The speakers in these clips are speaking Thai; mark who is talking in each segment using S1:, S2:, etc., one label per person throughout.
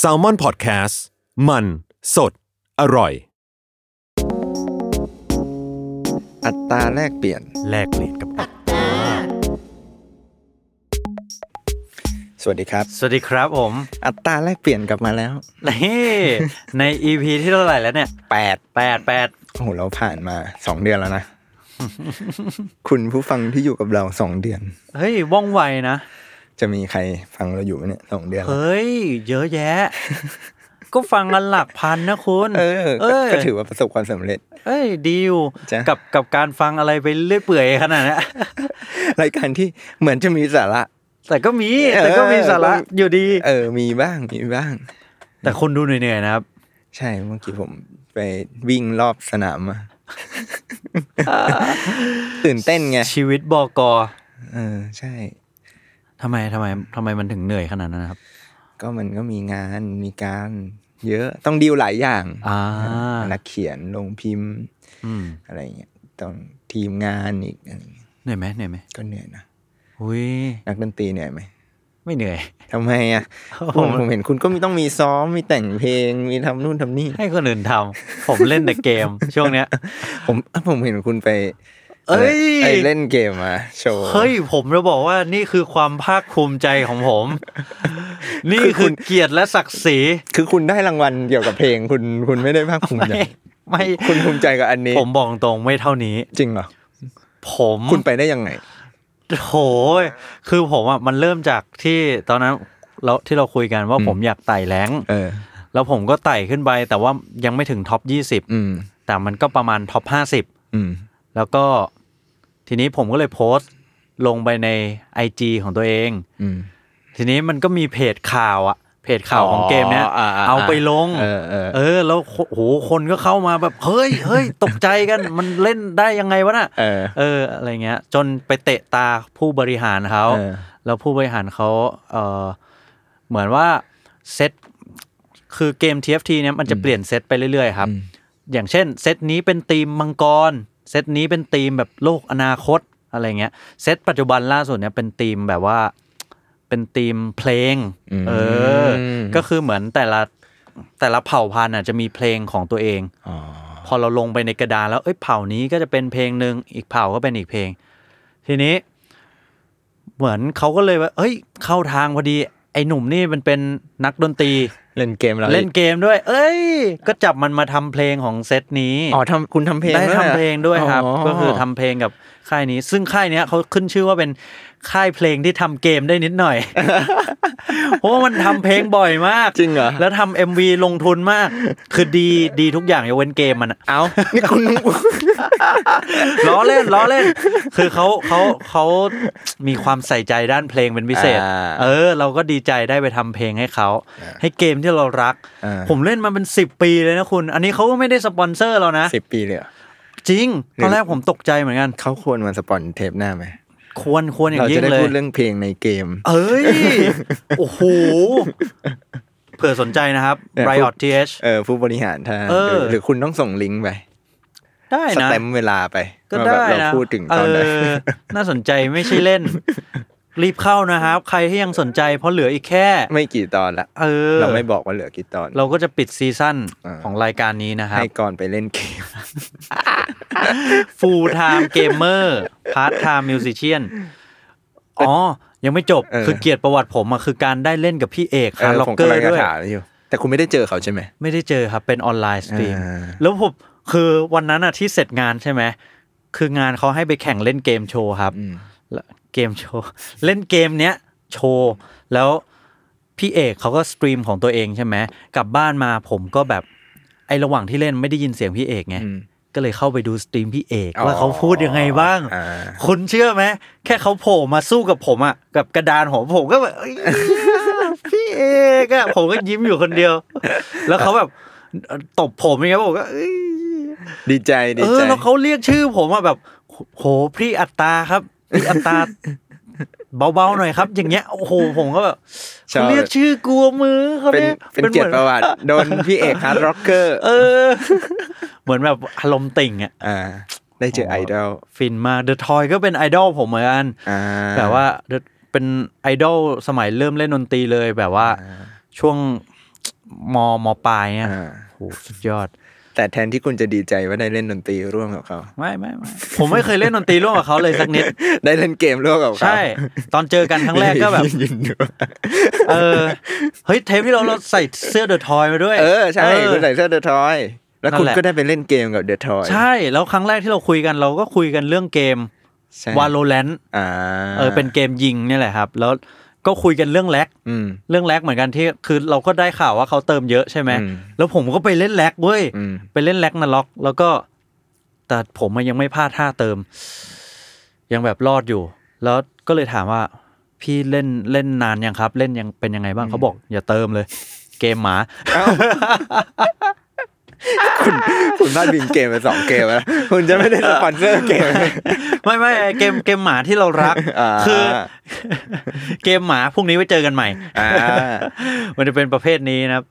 S1: s a l ม o n PODCAST มันสดอร่อย
S2: อัตราแลกเปลี่ยน
S3: แลกเปลี่ยนกับอัต
S2: สวัสดีครับ
S3: สวัสดีครับผม
S2: อัตราแลกเปลี่ยนกลับมาแล้ว
S3: นี่ ใน EP ที่เท่าไหร่แล้วเนี่ย
S2: 8
S3: แปดแปด
S2: โอ้โห เราผ่านมา 2 เดือนแล้วนะ คุณผู้ฟังที่อยู่กับเรา 2 เดือน
S3: เฮ้ย ว่องไวนะ
S2: จะมีใครฟังเราอยู่ไหมเนี่ยสองเดือนแล้ว
S3: เฮ้ย เยอะแยะ ก็ฟังกันหลักพันนะคุณ
S2: เออ
S3: เอ
S2: ก็
S3: ย
S2: ก็ถือว่าประสบความสำเร็จ
S3: เอ้ยดีอยู่
S2: จ้ะ
S3: กับกับการฟังอะไรไปเรื่อยเปื่อยขนาดนี้
S2: รายการที่เหมือนจะมีสาระ
S3: แต่ก็มี แต่ก็มี
S2: เออ
S3: สาระ
S2: ก็
S3: อยู่ดี
S2: เออ มีบ้าง มีบ้าง
S3: แต่คนดูเหนื่อยๆนะครับ
S2: ใช่ เมื่อกี้ผมไปวิ่งรอบสนาม มา ตื่นเต้นไง
S3: ชีวิตบอกอ
S2: เออ ใช่
S3: ทำไมทำไมทำไมมันถึงเหนื่อยขนาดนั้นนะครับ
S2: ก็มันก็มีงานมีการเยอะต้องดีลหลายอย่าง
S3: อ่า
S2: นักเขียนลงพิมพ์
S3: อืม
S2: อะไรอย่างเงี้ยต้องทีมงานอีกเออ
S3: เหนื่อยไหมเหนื่อยไหม
S2: ก็เหนื่อยนะ
S3: อุ้ย
S2: นักดนตรีเหนื่อยไหม
S3: ไม่เหนื่อย
S2: ทำไมอ่ะผมผมเห็นคุณก็มีต้องมีซ้อมมีแต่งเพลงมีทำนู่นทำนี่
S3: ให้คนอื่นทำ ผมเล่นแต่เกม ช่วงเนี้ย
S2: ผมอ่ะผมเห็นคุณไป
S3: เอ้ย
S2: ไปเล่นเกมมาโชว์
S3: เฮ้ย ผมจะบอกว่านี่คือความภาคภูมิใจของผม นี่
S2: คือคุ
S3: คือ
S2: ณ
S3: เกียรติและศักดิ์ศรี
S2: คือคุณได้รางวัลเกี่ยวกับเพลงคุณคุณไม่ได้ภาคภูมิใจ
S3: ไม่ไม่
S2: คุณภูมิใจกับอันนี้
S3: ผมบอกตรงไม่เท่านี้
S2: จริงเหรอ
S3: ผม
S2: คุณไปได้ยังไง
S3: โหยคือผมอ่ะมันเริ่มจากที่ตอนนั้นเราที่เราคุยกันว่า
S2: อืม
S3: ผมอยากไต่แรงค์
S2: เออ
S3: แล้วผมก็ไต่ขึ้นไปแต่ว่ายังไม่ถึงท็อป 20
S2: อืม
S3: แต่มันก็ประมาณท็อป 50
S2: อืม
S3: แล้วก็ทีนี้ผมก็เลยโพสต์ลงไปใน IG ของตัวเอง
S2: อืม
S3: ทีนี้มันก็มีเพจข่าวอะเพจข่าวของเกมเนี้ย
S2: อ๋ออ่าอ่า
S3: เอาไปลง
S2: เออเออ
S3: อแล้วโอ้โหคนก็เข้ามาแบบเฮ้ยเฮ้ยตกใจกัน มันเล่นได้ยังไงวะน่ะ
S2: เออ
S3: เอออะไรเงี้ย จนไปเตะตาผู้บริหารเขา
S2: เออ
S3: แล้วผู้บริหารเขาเออเหมือนว่าเซตคือเกม TFT เนี้ยมันจะเปลี่ยนเซตไปเรื่อยๆครับ อย่างเช่นเซตนี้เป็นธีมมังกร เซตนี้เป็นธีมแบบโลกอนาคตอะไรเงี้ยเซตปัจจุบันล่าสุดเนี่ยเป็นธีมแบบว่าเป็นธีมเพลง
S2: อืม
S3: เออ ก็คือเหมือนแต่ละแต่ละเผ่าพันธุ์อ่ะจะมีเพลงของตัวเอง
S2: อ๋อ
S3: พอเราลงไปในกระดานแล้วเอ้ยเผ่านี้ก็จะเป็นเพลงหนึ่งอีกเผ่าก็เป็นอีกเพลง ทีนี้ เหมือนเขาก็เลยว่าเอ้ย เข้าทางพอดี ไอ้หนุ่มนี่มันเป็นนักดนตรี
S2: เล่นเกมเรา
S3: เล่นเกมด้วย เอ้ย ก็จับมันมาทำเพลงของเซตนี้
S2: อ๋อทำคุณทำเพลง
S3: ได้
S2: วย
S3: ทำ
S2: หอ
S3: เพลงด้วยครับ ก็คือทำเพลงกับค่ายนี้ ซึ่งค่ายเนี้ยเขาขึ้นชื่อว่าเป็นค่ายเพลงที่ทำเกมได้นิดหน่อย เพราะว่ามันทำเพลงบ่อยมาก
S2: จริงเหรอ
S3: แล้วทำเอ็มวีลงทุนมาก คือดีดีทุกอย่างยกเว้นเกมมันอะ
S2: เอานี่คุณ
S3: ล้อเล่นล้อเล่น คือเขาเขาเขามีความใส่ใจด้านเพลงเป็นพิเศษ
S2: อ่า
S3: เออ เราก็ดีใจได้ไปทำเพลงให้เขาให้เกมที่เรารัก
S2: อ่า
S3: ผมเล่นมาเป็นสิบปีเลยนะคุณ อันนี้เขาก็ไม่ได้สปอนเซอร์เรานะ
S2: สิบปีเลยเหรอ
S3: จริง
S2: หรือ
S3: ตอนแรกผมตกใจเหมือนกัน
S2: เขาควรมาสปอนเทปหน้าไหม
S3: ควรควรอย่า
S2: เรา
S3: งยิ่
S2: จะ
S3: ง
S2: ได้
S3: เล
S2: พู
S3: ย
S2: ดเรื่องเพลงในเกม
S3: เอ้ ย โอ้โห เผื่อสนใจนะครับ
S2: เนี่ยพูด
S3: Riot TH
S2: เออผู้บริหารท่าน
S3: เอ
S2: ห
S3: อ
S2: รือหรือคุณต้องส่งลิงก์ไป
S3: ได้
S2: ส
S3: นะ
S2: แตมป์เวลาไป
S3: ก็
S2: ว่าแบบ
S3: ได้
S2: เรา
S3: นะ
S2: พูดถึงตอนไหน
S3: เอน่าสนใจไม่ใช่เล่น รีบเข้านะครับ ใครที่ยังสนใจเพราะเหลืออีกแค่
S2: ไม่กี่ตอนละ
S3: เออ
S2: เราไม่บอกว่าเหลือกี่ตอน
S3: เราก็จะปิดซีซั่น
S2: เออ
S3: ของรายการนี้นะครับ
S2: ให้ก่อนไปเล่นเกม
S3: Full Time Gamer Part Time Musician อ๋อ ยังไม่จบ
S2: เออ
S3: คือเกียรติประวัติผมอะคือการได้เล่นกับพี่เอก
S2: เอ
S3: ฮาร์
S2: อ
S3: ล็อ
S2: ผม
S3: กเกอ
S2: ก็
S3: ร์
S2: กระ
S3: ด้วย
S2: ถามอยู่แต่คุณไม่ได้เจอเขาใช่ไหม
S3: ไม่ได้เจอครับเป็นออนไลน์สตรีม
S2: อ่า
S3: แล้วผมคือวันนั้นอะที่เสร็จงานใช่ไหมคืองานเขาให้ไปแข่งเล่นเกมโชว์ครับแล้วเกมโชว์ เล่นเกมเนี้ยโชว์แล้วพี่เอกเขาก็สตรีมของตัวเองใช่ไหมกลับบ้านมาผมก็แบบไอระหว่างที่เล่นไม่ได้ยินเสียงพี่เอกไงก็เลยเข้าไปดูสตรีมพี่เอก
S2: อ๋อ
S3: ว่าเขาพูดยังไงบ้าง
S2: อ่า
S3: คุณเชื่อไหมแค่เขาโผล่มาสู้กับผมอะกับกระดานของผมก็แบบเอ้ย พี่เอกอะผมก็ยิ้มอยู่คนเดียว แล้วเขาแบบตบผมอย่างเงี้ยผมก็เอ้ย
S2: ดีใจดี
S3: เออ
S2: ใจ
S3: แล้วเขาเรียกชื่อผมอะแบบโหพี่อัตตาครับพี่อัตตา เบาๆหน่อยครับ อย่างเงี้ยโอ้โหผมก็แบบเขาเรียกชื่อกูมือเขา
S2: เป็น
S3: เรียก
S2: เป็นเกียรติประวัติโดนพี่เอกฮาร์ดร็อกเกอร์
S3: เออ เหมือนแบบอารมณ์ติ่งอะ
S2: ่า ได้เจอไอดอล
S3: ฟินมากเดอะทอยก็เป็นไอดอลผมเหมือนกัน
S2: อ่า
S3: แบบว่า เป็นไอดอลสมัยเริ่มเล่นดนตรีเลยแบบว่าช่วงมมปลายเนี่ย
S2: อ่า
S3: โหสุดยอด
S2: แต่แทนที่คุณจะดีใจว่าได้เล่นดนตรีร่วมกับเขา
S3: ไม่ไม่ไม่ ผมไม่เคยเล่นดนตรีร่วมกับเขาเลยสักนิด
S2: ได้เล่นเกมร่วมกับเขา
S3: ใช่ ตอนเจอกันครั้งแรกก็แบบ
S2: ยินดีด้วย
S3: เออ เฮ้ยเทปที่เราเราใส่เสื้อเดอะทอยมาด้วย
S2: เออ ใช่
S3: เ
S2: คุณใส่เสื้อเดอะทอย แล้วคุณ
S3: นั่นแหละ
S2: ก็ได้ไปเล่นเกมกับเดอะทอย
S3: ใช่ แล้วครั้งแรกที่เราคุยกันเราก็คุยกันเรื่องเกม
S2: ใช่
S3: วาโลแรน
S2: อ่า
S3: เออเป็นเกมยิงเนี่ยแหละครับ แล้วก็คุยกันเรื่องแล็ก
S2: อืม
S3: เรื่องแลกเหมือนกันที่คือเราก็ได้ข่าวว่าเขาเติมเยอะใช่ไหม
S2: อืม
S3: แล้วผมก็ไปเล่นแลกเว้ย
S2: อืม
S3: ไปเล่นแลกนาล็อก แล้วก็แต่ผมมันยังไม่พลาดท่าเติม ยังแบบรอดอยู่ แล้วก็เลยถามว่าพี่เล่นเล่นนานยังครับ เล่นยังเป็นยังไงบ้างเขาบอก อย่าเติมเลย เกมหมา
S2: คุณพลาดบินเกมไปสองเกมแล้ว คุณจะไม่ได้สปอนเซอร์ เกม
S3: ไม่ไม่ไอ้เกมเกมหมาที่เรารัก
S2: อ่า
S3: คือ เกมหมาพรุ่งนี้ไว้เจอกันใหม่
S2: อ่า
S3: มันจะเป็นประเภทนี้นะครับ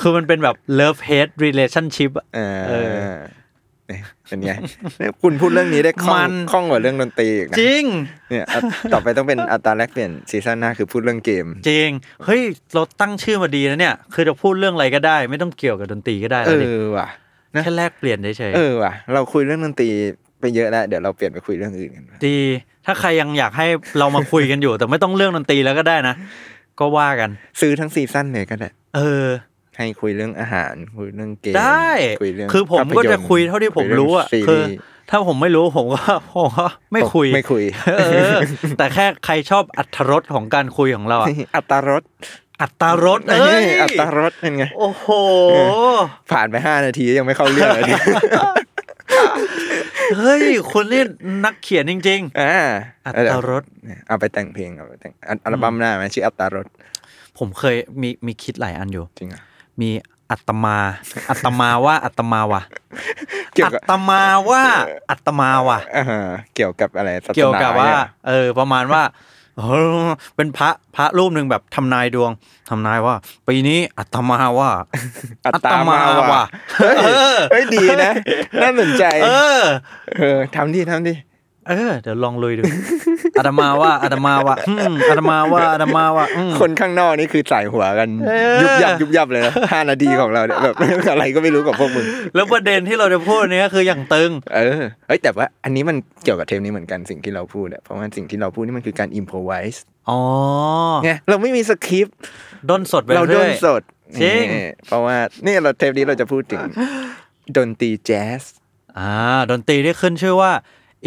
S3: คือมันเป็นแบบ love hate relationship อะ
S2: เอ
S3: เอ
S2: อเนี่ยเป็นไงเนี่ยคุณพูดเรื่องนี้ได้คล่อ
S3: มั
S2: ง
S3: น
S2: คล่องกว่าเรื่องดนตรีอีกนะ
S3: จริง
S2: เนี่ยอ่ะต่อไปต้องเป็นอัตราแลกเปลี่ยนซีซั่นหน้าคือพูดเรื่องเกม
S3: จริง เฮ้ย เราตั้งชื่อมาดีนะเนี่ย คือจะพูดเรื่องอะไรก็ได้ ไม่ต้องเกี่ยวกับดนตรีก็ได้
S2: เอ
S3: แล้วดิ
S2: อว่ะ นะ
S3: แค่แลกเปลี่ยนเฉย
S2: เออว่ะ เราคุยเรื่องดนตรีไปเยอะแล้วเดี๋ยวเราเปลี่ยนไปคุยเรื่องอื่นกัน
S3: ๆดี ถ้าใครยังอยากให้เรามาคุยกันอยู่ แต่ไม่ต้องเรื่องดนตรีแล้วก็ได้นะ ก็ว่ากัน
S2: ซื้อทั้งซีซั่นเลยก็ได้
S3: เออ
S2: ให้คุยเรื่องอาหาร คุยเรื่องเกม
S3: ได้
S2: คุยเรื่อง
S3: คือผม
S2: ภาพยนตร์
S3: ก็จะคุยเท่าที่ผมรู้อะ
S2: ยเงซี
S3: คือ
S2: รีส์
S3: ถ้าผมไม่รู้ผมก็ ผมก็ไม่คุย
S2: ไม่คุย
S3: เออ แต่แค่ใครชอบอัตรสของการคุยของเราอะ
S2: อัตรารส
S3: อัตรสเอ้ย
S2: อัตรารสเป็นไง
S3: โอ้โห
S2: ผ่านไปห้านาทียังไม่เข้าเรื่องเลยเนี่ย
S3: เฮ้ยคุณนี่นักเขียนจริง
S2: อ่า
S3: ๆ อัตรส
S2: เอาไปแต่งเพลงเอาไปแต่งอัลอัลบั้มหน้าไหมชื่ออัตรารส
S3: ผมเคยมีมีคิดหลายอันอยู่
S2: จริงเหรอ่ะ
S3: มีอัตมา อัตมาว่าอัตมาว่ะ
S2: เกี่ยว
S3: อั
S2: กับ
S3: ตมาว่าอัตมาว่ะ
S2: อ่าฮะเกี่ยวกับอะไรศาสนา
S3: เกี่ยวกับว่า
S2: เนี่ย
S3: เออ ประมาณว่า เออเป็นพระพระรูปหนึ่งแบบทำนายดวงทำนายว่าปีนี้อัตมาว่า
S2: อัตมาว่ะ
S3: เออ
S2: เฮ้ยดีนะน่าสนใจ
S3: เออ
S2: เออทำดิทำดิ
S3: เออ เดี๋ยวลองลุยดู อัตมาว่าอัตมาว่าอืมอัตมาว่าอัตมาว่าอืม
S2: คนข้างนอกนี่คือใส่หัวกัน
S3: เออ
S2: ยุบยับยุบยับเลยนะห้านาทีของเรา เนี่ยแบบ อะไรก็ไม่รู้กับพวกมึง
S3: แล้วประเด็นที่เราจะพูดเนี้ยคืออย่างตึง
S2: เออเฮ้ยแต่ว่าอันนี้มันเกี่ยวกับเทปนี้เหมือนกันสิ่งที่เราพูดอะเพราะว่าสิ่งที่เราพูดนี่มันคือการอิมพอไวส์
S3: อ๋อ
S2: ไงเราไม่มีสคริปต์
S3: ด้นสดไป
S2: เราโด
S3: เรื่
S2: น
S3: อย
S2: สด
S3: จริง
S2: นี่เพราะว่านี่เราเทปนี้เราจะพูด ถึง ดนตรีแจ๊ส
S3: อ่าดนตรีที่ขึ้นชื่อว่า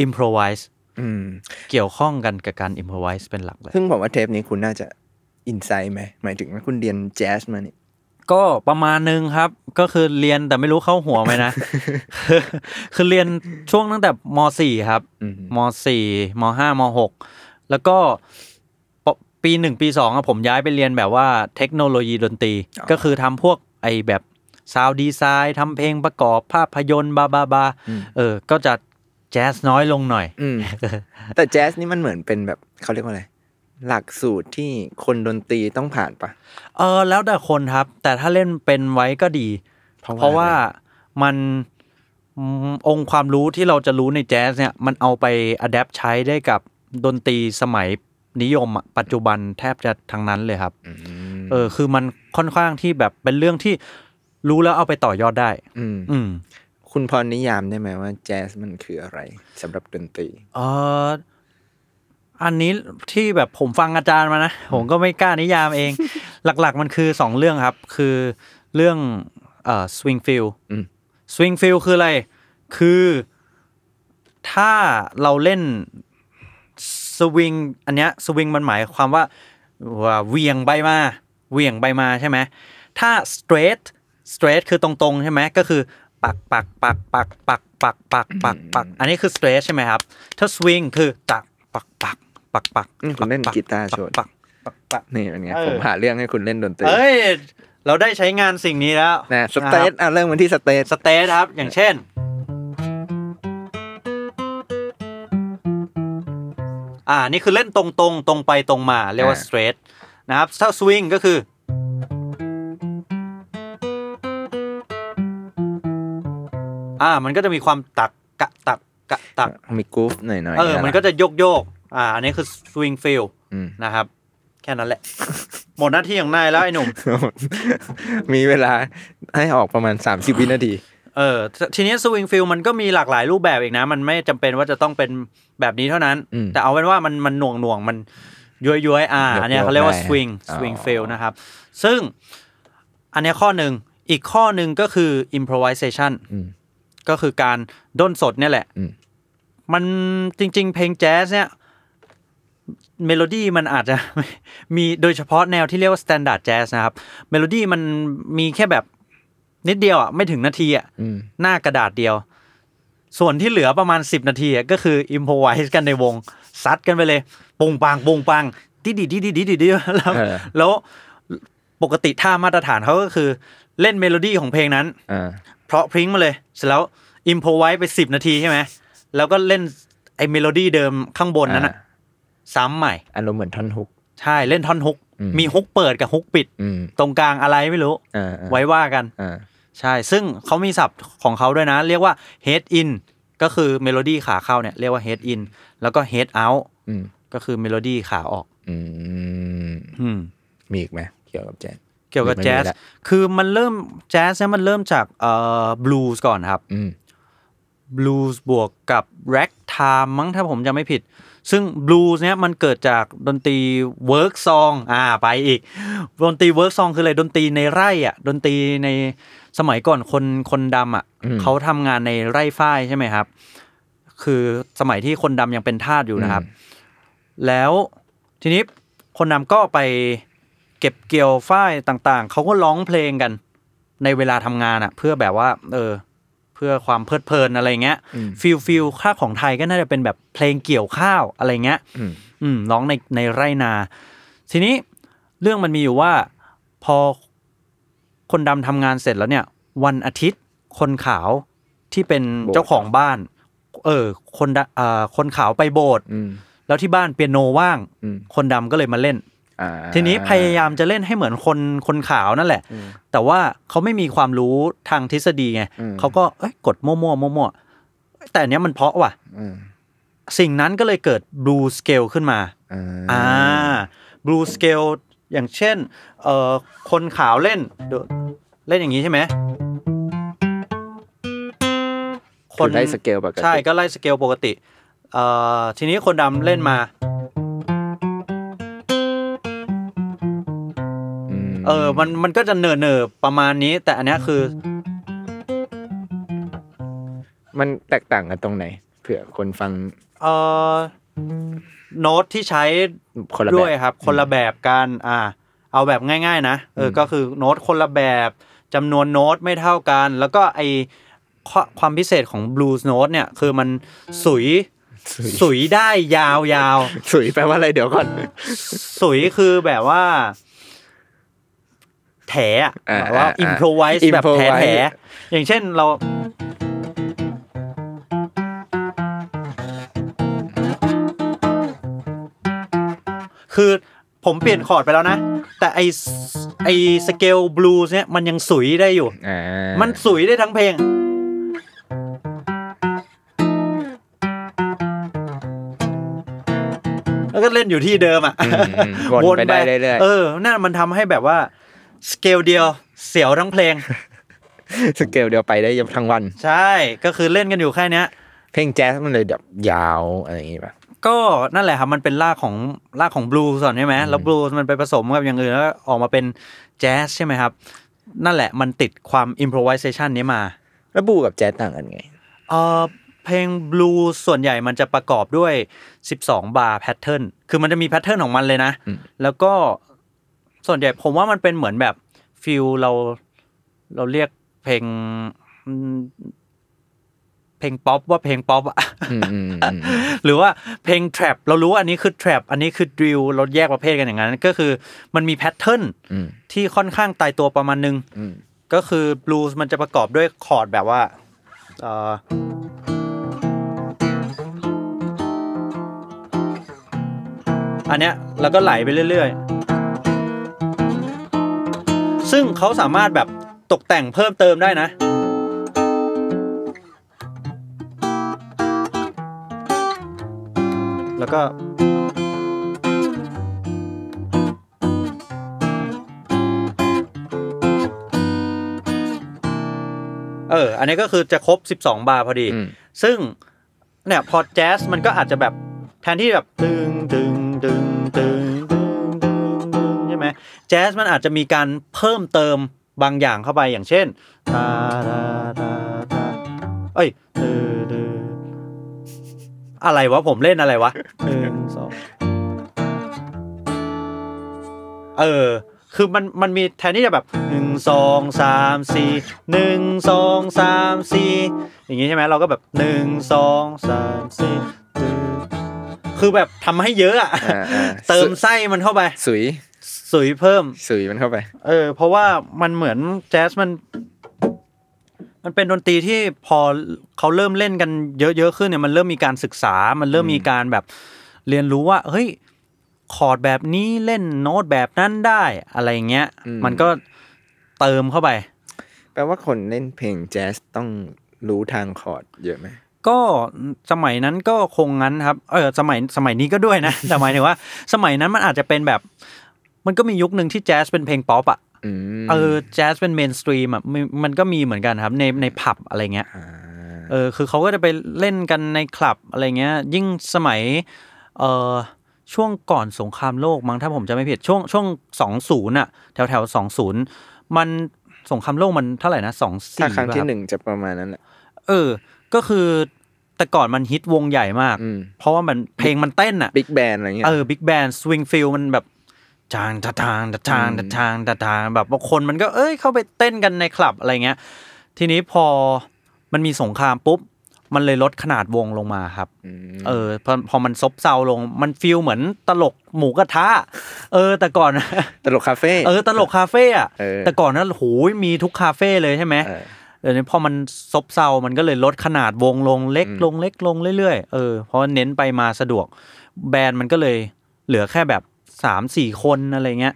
S3: improvise
S2: อืม
S3: เกี่ยวข้องกันกับการ improvise เป็นหลักเลย
S2: ซึ่งผมว่าเทปนี้คุณน่าจะอินไซด์ไหมหมายถึงว่าคุณเรียนแจ๊สมานี่
S3: ก็ประมาณนึงครับ ก็คือเรียนแต่ไม่รู้เข้าหัวไหมนะ คือคือเรียนช่วงตั้งแต่ม .4 ครับ
S2: อืม
S3: ม .4 ม .5 ม .6 แล้วก็ปปีหนึ่งปีสองอะผมย้ายไปเรียนแบบว่าเทคโนโลยีดนตรี ก็คือทำพวกไอแบบซาวดีไซน์ทำเพลงประกอบภาพยนตร์บาบาบาเออ ก็จะแจ๊สน้อยลงหน่อย
S2: อืม แต่แจ๊สนี่มันเหมือนเป็นแบบเขาเรียกว่าอะไร หลักสูตรที่คนดนตรีต้องผ่านปะ
S3: เออแล้วแต่คนครับ แต่ถ้าเล่นเป็นไว้ก็ดี
S2: เพราะว่า
S3: เพราะว่ามันอืมองค์ความรู้ที่เราจะรู้ในแจ๊สเนี่ย มันเอาไปอัดแอปใช้ได้กับดนตรีสมัยนิยมอะปัจจุบันแทบจะทั้งนั้นเลยครับ เออ คือมันค่อนข้างที่แบบเป็นเรื่องที่รู้แล้วเอาไปต่อยอดได้
S2: อืม
S3: อืม
S2: คุณพรนิยามได้ไหมว่าแจ๊สมันคืออะไรสำหรับดนตรี
S3: เอออันนี้ที่แบบผมฟังอาจารย์มานะ ผมก็ไม่กล้านิยามเอง หลักๆมันคือสองเรื่องครับ คือเรื่องเอ่อสวิงฟิล
S2: อืม
S3: สวิงฟิลคืออะไร คือถ้าเราเล่นสวิงอันเนี้ยสวิงมันหมายความว่าว่าเหวียงใบมาเหวียงใบมาใช่ไหม ถ้า straight straight คือตรงๆ ใช่ไหมก็คือปักปักปักปักปักปักปักปักปักอันนี้คือ straight ใช่ไหมครับ ถ้า swing คือตักปักปักปักปัก
S2: อืมคุณเล่น
S3: ปั
S2: กีตาร์
S3: ปั
S2: โชว์
S3: ปักปักปัก
S2: นี่เป็นไง
S3: เออ
S2: ผมหาเรื่องให้คุณเล่นดนตรี
S3: เอ้ย เราได้ใช้งานสิ่งนี้แล้ว
S2: นะสเตทอ่ะเริ่มวันที่สเตท
S3: สเตทครับ อย่างเช่น อ่านี่คือเล่นตรงๆ ตรงไปตรงมาเรียกว่า straight นะครับ ถ้า swing ก็คือ อ่ามันก็จะมีความตักกะตักกะตัก
S2: มีกรูฟหน่อยๆ
S3: เออ
S2: ะ
S3: มันก็จะโยกโยก อ่า อันนี้คือสวิงฟิล
S2: อืม
S3: นะครับ แค่นั้นแหละ หมดหน้าที่ของนายแล้วไอ้หนุ่ม
S2: มีเวลาให้ออกประมาณ 30 วินาที
S3: เออททีนี้สวิงฟิลมันก็มีหลากหลายรูปแบบอีกนะ มันไม่จำเป็นว่าจะต้องเป็นแบบนี้เท่านั้น
S2: อืม
S3: แต่เอาเป็นว่ามันมันหน่วงหน่วงๆมันย้อยย้อยๆอ่า
S2: ยกๆ
S3: อันเนี้ยเขาเรียกว่า
S2: ได้
S3: สวิง
S2: อ๋
S3: ส
S2: อ
S3: วิงฟิลนะครับ ซึ่งอันเนี้ยข้อหนึ่งอีกข้อหนึ่งก็คือ improvisation
S2: อืม
S3: ก็คือการด้นสดเนี่ยแหละ
S2: อืม
S3: มันจริง ๆ เพลงแจ๊สเนี่ยเมโลดี้มันอาจจะ มีโดยเฉพาะแนวที่เรียกว่าสแตนดาร์ดแจ๊สนะครับ เมโลดี้มันมีแค่แบบนิดเดียวอ่ะ ไม่ถึงนาทีอ่ะ
S2: อืม
S3: หน้ากระดาษเดียว ส่วนที่เหลือประมาณ 10 นาทีอะก็คืออิมพอไวส์กันในวง ซัดกันไปเลยปุงปังปุงปังดิดิดิดิดิดิดิแล้ว
S2: เออ
S3: แล้วปกติท่ามาตรฐานเขาก็คือ เล่นเมโลดี้ของเพลงนั้น
S2: อ่า
S3: เพราะพริ้งมาเลย เสร็จแล้วอิมพอไวส์ไป 10 นาทีใช่ไหม แล้วก็เล่นไอ้เมโลดี้เดิมข้างบนนั้นอะ
S2: อ่
S3: ซ้ำใหม่
S2: อารมณ์เหมือนท่อนฮุก
S3: ใช่เล่นท่อนฮุก
S2: อืม
S3: มีฮุกเปิดกับฮุกปิด
S2: อืม
S3: ตรงกลางอะไรไม่รู้
S2: อ่าอ่า
S3: ไว้ว่ากัน
S2: อ่า
S3: ใช่ ซึ่งเขามีศัพท์ของเขาด้วยนะ เรียกว่า head in ก็คือเมโลดี้ขาเข้าเนี่ยเรียกว่า head in แล้วก็ head out
S2: อืม
S3: ก็คือเมโลดี้ขาออก
S2: อืม
S3: อืม
S2: มีอีกไหมเกี่ยวกับแจ๊ส
S3: เกี่ยวกับ
S2: ไม่มี
S3: แจ๊ส
S2: ละ
S3: คือมันเริ่มแจ๊สเนี่ยมันเริ่มจากเอ่อบลูส์ก่อนครับ
S2: อืม
S3: บลูส์บวกกับแร็กไทม์มั้งถ้าผมจะไม่ผิด ซึ่งบลูส์เนี่ยมันเกิดจากดนตรีเวิร์กซองอ่าไปอีก ดนตรีเวิร์กซองคืออะไรดนตรีในไร่อ่ะดนตรีในสมัยก่อนคนคนดำอ่ะ
S2: อืม
S3: เขาทำงานในไร่ฝ้ายใช่ไหมครับ คือสมัยที่คนดำยังเป็นทาสอยู่นะครับ แล้วทีนี้คนนำก็ไปเก็บเกี่ยวฝ้ายต่างๆ เขาก็ร้องเพลงกันในเวลาทำงานอะเพื่อแบบว่า เออ เพื่อความเพลิดเพลินอะไรเงี้ย
S2: อืม
S3: ฟิลฟิลค่าของไทยก็น่าจะเป็นแบบเพลงเกี่ยวข้าวอะไรเงี้ย
S2: อืม
S3: อืมร้องในในไร่นา ทีนี้เรื่องมันมีอยู่ว่าพอคนดำทำงานเสร็จแล้วเนี่ย วันอาทิตย์คนขาวที่เป็น
S2: โบสถ์
S3: เจ้าของบ้าน เออ คนดะเอ่อคนขาวไปโบสถ์
S2: อืม
S3: แล้วที่บ้านเปียโนว่าง
S2: อืม
S3: คนดำก็เลยมาเล่น
S2: อ่า
S3: ทีนี้พยายามจะเล่นให้เหมือนคนคนขาวนั่นแหละ
S2: อืม
S3: แต่ว่าเขาไม่มีความรู้ทางทฤษฎีไง
S2: อืม
S3: เขาก็เอ้ยกดมั่วๆมั่วๆแต่อันเนี้ยมันเพราะว่ะ
S2: อืม
S3: สิ่งนั้นก็เลยเกิดบลูสเกลขึ้นมา
S2: อ่า
S3: อ่าบลูสเกลอย่างเช่นเอ่อคนขาวเล่นเดี๋ยวเล่นอย่างนี้ใช่ไหม
S2: คนได้สเกลปกติ
S3: ใช่ก็ไล่สเกลปกติเอ่อทีนี้คนดำเล่นมา
S2: ม
S3: เออ มัน มันก็จะเนิร์เนอๆประมาณนี้ แต่อันเนี้ยคือ
S2: มันแตกต่างกันตรงไหนเผื่อคนฟัง
S3: เออโน้ตที่ใช้
S2: คนละแบ
S3: ด้วย
S2: บ
S3: ครับ คนละแบบกัน อ่า เอาแบบง่าย ๆ นะ เออ
S2: อืม
S3: ก็คือโน้ตคนละแบบจำนวนโน้ตไม่เท่ากัน แล้วก็ไอข้อความพิเศษของบลูส์โน้ตเนี่ย คือมันสุย
S2: สุย
S3: สุยได้ยาว
S2: สุยแปลว่าอะไรเดี๋ยวก่อน
S3: ๆ สุยคือแบบว่า แถอะ
S2: อ่า
S3: แบบว่า
S2: อ่า
S3: อิมพรไวส์แบบแถ
S2: improvise
S3: แถอย่างเช่นเรา คือผมเปลี่ยนคอร์ดไปแล้วนะ แต่ไอสไอสเกลบลูส์เนี่ยมันยังสุยได้อยู่
S2: อ่ามั
S3: มันสุยได้ทั้งเพลง แล้วก็เล่นอยู่ที่เดิมอ่ะ
S2: วนไปได้เรื่อย
S3: เออนั่นมันทำให้แบบว่า สเกลเดียวเสียวทั้งเพ ลง
S2: ๆสเกลเดียวไปได้ยทั้งวัน
S3: ใช่ ก็คือเล่นกันอยู่แค่เนี้ย
S2: เพลงแจ๊สมันเลยแบบยาวอะไรอย่างงี้ป่ะ
S3: ก็นั่นแหละครับ มันเป็นรากของรากของบลูส์ก่อนใช่ไหมแล้วบลูส์มันไปผสมกับอย่างอื่นแล้วออกมาเป็นแจ๊สใช่ไหมครับ นั่นแหละมันติดความอิมพรไวเซชันนี้มา
S2: แล้วบูกับแจ๊สต่างกันไง
S3: เอ่อเพลงบลูส์ส่วนใหญ่มันจะประกอบด้วย 12 บาร์แพทเทิร์น คือมันจะมีแพทเทิร์นของมันเลยนะ
S2: อืม
S3: แล้วก็ส่วนใหญ่ผมว่ามันเป็นเหมือนแบบฟิลเราเราเรียกเพลงอืมเพลงป๊อปว่าเพลงป๊อปอะ
S2: อืมอืมอืม
S3: หรือว่าเพลง trap เรารู้ว่าอันนี้คือ trap อันนี้คือ drill เราแยกประเภทกันอย่างนั้น ก็คือมันมีแพทเทิร์น
S2: อืม
S3: ที่ค่อนข้างตายตัวประมาณนึง
S2: อืม
S3: ก็คือบลูส์มันจะประกอบด้วยคอร์ดแบบว่าเอ่ออันเนี้ยแล้วก็ไหลไปเรื่อยๆ ซึ่งเขาสามารถแบบตกแต่งเพิ่มเติมได้นะ แล้วก็ เออ อันนี้ก็คือจะครบ 12 บาร์พอดี
S2: อืม
S3: ซึ่งเนี่ยพอแจ๊สมันก็อาจจะแบบแทนที่แบบตึงตึงตึงตึงตึงตึงตึงใช่ไหมแจ๊สมันอาจจะมีการเพิ่มเติมบางอย่างเข้าไปอย่างเช่นตาตาตาตาเอ้ยตึงตึงอะไรวะผมเล่นอะไรวะหนึ่งสองเออ คือมันมันมีแทนที่จะแบบหนึ่งสองสามสี่หนึ่งสองสามสี่อย่างงี้ใช่ไหมเราก็แบบหนึ่งสองสามสี่ตึ๊ดคือแบบทำให้เยอะอะ
S2: อ่าอ่า
S3: เติมไส้มันเข้าไป
S2: สุย
S3: สวยเพิ่ม
S2: สุยมันเข้าไป
S3: เออ เพราะว่ามันเหมือนแจ๊สมัน มันเป็นดนตรีที่พอเขาเริ่มเล่นกันเยอะๆขึ้นเนี่ยมันเริ่มมีการศึกษา มันเริ่มมีการแบบเรียนรู้ว่า เฮ้ย คอร์ดแบบนี้เล่นโน้ตแบบนั้นได้อะไรอย่างเงี้ย
S2: อืม
S3: มันก็เติมเข้าไป
S2: แปลว่าคนเล่นเพลงแจ๊สต้องรู้ทางคอร์ดเยอะไหม
S3: ก็สมัยนั้นก็คงงั้นครับ เออสมัยสมัยนี้ก็ด้วยนะ แต่หมายถึงว่า สมัยนั้นมันอาจจะเป็นแบบ มันก็มียุคหนึ่งที่แจ๊สเป็นเพลงป๊อปอะ
S2: อืม
S3: เออแจ๊สเป็นเมนสตรีมอ่ะมันมันก็มีเหมือนกันครับ ในในผับอะไรเงี้ย
S2: า
S3: เออคือเขาก็จะไปเล่นกันในคลับอะไรเงี้ย ยิ่งสมัยเออช่วงก่อนสงครามโลกมั้งถ้าผมจะไม่ผิดช่วงช่วงสองศูนย์อ่ะแถวแถวสองศูนย์มันสงครามโลกมันเท่าไหร่นะสองสี่
S2: ถ้าครั้งที่
S3: ป่ะ
S2: หนึ่งจะประมาณนั้นแหละ
S3: เออ ก็คือแต่ก่อนมันฮิตวงใหญ่มาก
S2: อืม
S3: เพราะว่ามันเพลงมันเต้นอ่ะ
S2: บิ๊กแบนอะไรเงี้ย
S3: เออบิ๊กแบนสวิงฟิลมันแบบจางตะทางตะทางตะทางตะทางแบบบางคนมันก็เอ้ยเข้าไปเต้นกันในคลับอะไรเงี้ย ทีนี้พอมันมีสงครามปุ๊บ มันเลยลดขนาดวงลงมาครับ
S2: ม
S3: เออพอพอมันซบเซาลงมันฟิลเหมือนตลกหมูกระทะเออ แต่ก่อน
S2: ตลกคาเฟ่
S3: เออตลกคาเฟ่อะ
S2: เออ
S3: แต่ก่อนนั้นโหยมีทุกคาเฟ่เลยใช่ไหม
S2: เออ
S3: เดี๋ยวนี้พอมันซบเซา มันก็เลยลดขนาดวงลงเล็ก
S2: อืม
S3: ลงเล็กลงเรื่อยๆ เออ เพราะเน้นไปมาสะดวก แบรนด์มันก็เลยเหลือแค่แบบสามสี่คนอะไรเงี้ย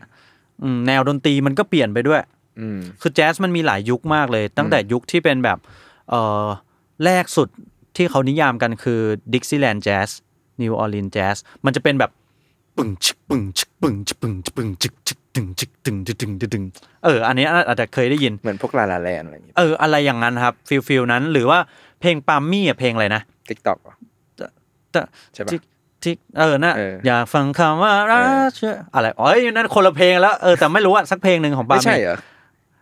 S3: อืมแนวดนตรีมันก็เปลี่ยนไปด้วย
S2: อืม
S3: คือแจ๊สมันมีหลายยุคมากเลย ตั้งแต่ยุคที่เป็นแบบเออแรกสุดที่เขานิยามกันคือดิกซี่แลนด์แจ๊สนิวออร์ลีนแจ๊สมันจะเป็นแบบปึ่งชึกปึ่งชึกปึ่งชึกปึ่งชึกปึ่งชึกชึกตึงชึกตึงตึงตึงตึงเอออันนี้อาจจะเคยได้ยิน
S2: เหมือนพวกลาลาแลนอะไรอย่างเงี้ย
S3: เอออะไรอย่างนั้นครับฟิลฟิลนั้นหรือว่าเพลงปามมี่อะเพลงอะไรนะ
S2: ติ๊กต็อก
S3: จะ
S2: ใช่ปะ
S3: จิกจิกเออนะ
S2: เออ
S3: อ
S2: อ
S3: ยากฟังคำว่ารักเชื่ออะไรอ๋อไอ้นั่นคนละเพลงแล้วเออแต่ไม่รู้ว่าสักเพลงหนึ่งของปาม
S2: ไม่ใช่
S3: มี่
S2: เหรอ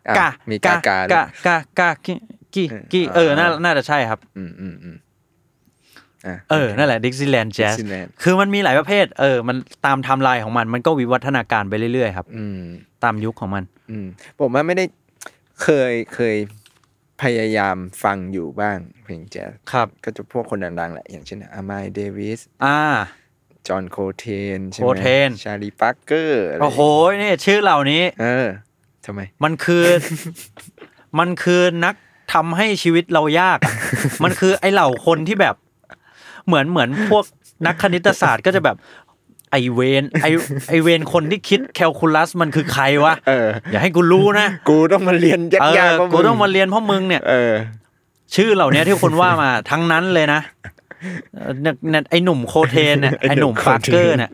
S2: อ่ะ
S3: กะ
S2: มีกากาด้
S3: กะ
S2: วย
S3: กะกะกิกิกิ
S2: เออ
S3: เออน่าน่าจะใช่ครับ
S2: อืมอืมอืมอ่ะ
S3: เออ นั่นแหละดิกซี่แลนด์แจ๊ส
S2: Dixieland
S3: คือมันมีหลายประเภท เออ มันตามไทม์ไลน์ของมัน มันก็วิวัฒนาการไปเรื่อยๆครับ
S2: อืม
S3: ตามยุคของมัน
S2: อืม ผมว่าไม่ได้เคยเคยพยายามฟังอยู่บ้าง เพลงแจ๊ส
S3: ครับ
S2: ก็จะพวกคนดังๆแหละ อย่างเช่นอามายเดวิส
S3: อ่า
S2: จอห์นโคเทน ใช่ไหม
S3: Coltrane
S2: ชาลีปาร์เกอร์อะไร
S3: โอ้โหนี่ชื่อเหล่านี้
S2: เออทำไม
S3: มันคือ มันคือนักทำให้ชีวิตเรายาก อะ มันคือไอเหล่าคนที่แบบ เหมือนเหมือนพวกนักคณิตศาสตร์ก็จะแบบ ไอเวนไอไอเวนคนที่คิดแคลคูลัส มันคือใครวะ
S2: เออ
S3: อย่าให้กูรู้นะ
S2: กูต้อง มาเรียนย
S3: เออ
S2: ากๆเพระ
S3: กูต้องมาเรียนเพราะมึงเนี่ย
S2: เออ
S3: ชื่อเหล่านี้ที่คุณว่ามา ทั้งนั้นเลยนะเอ่อเนี่ยเนี่ยไอหนุ่มโคเทน เนี่ยไอหนุ่ม
S2: ไอ้หนุ่มโคเทน
S3: ฟาร์เกอร์เนี่ย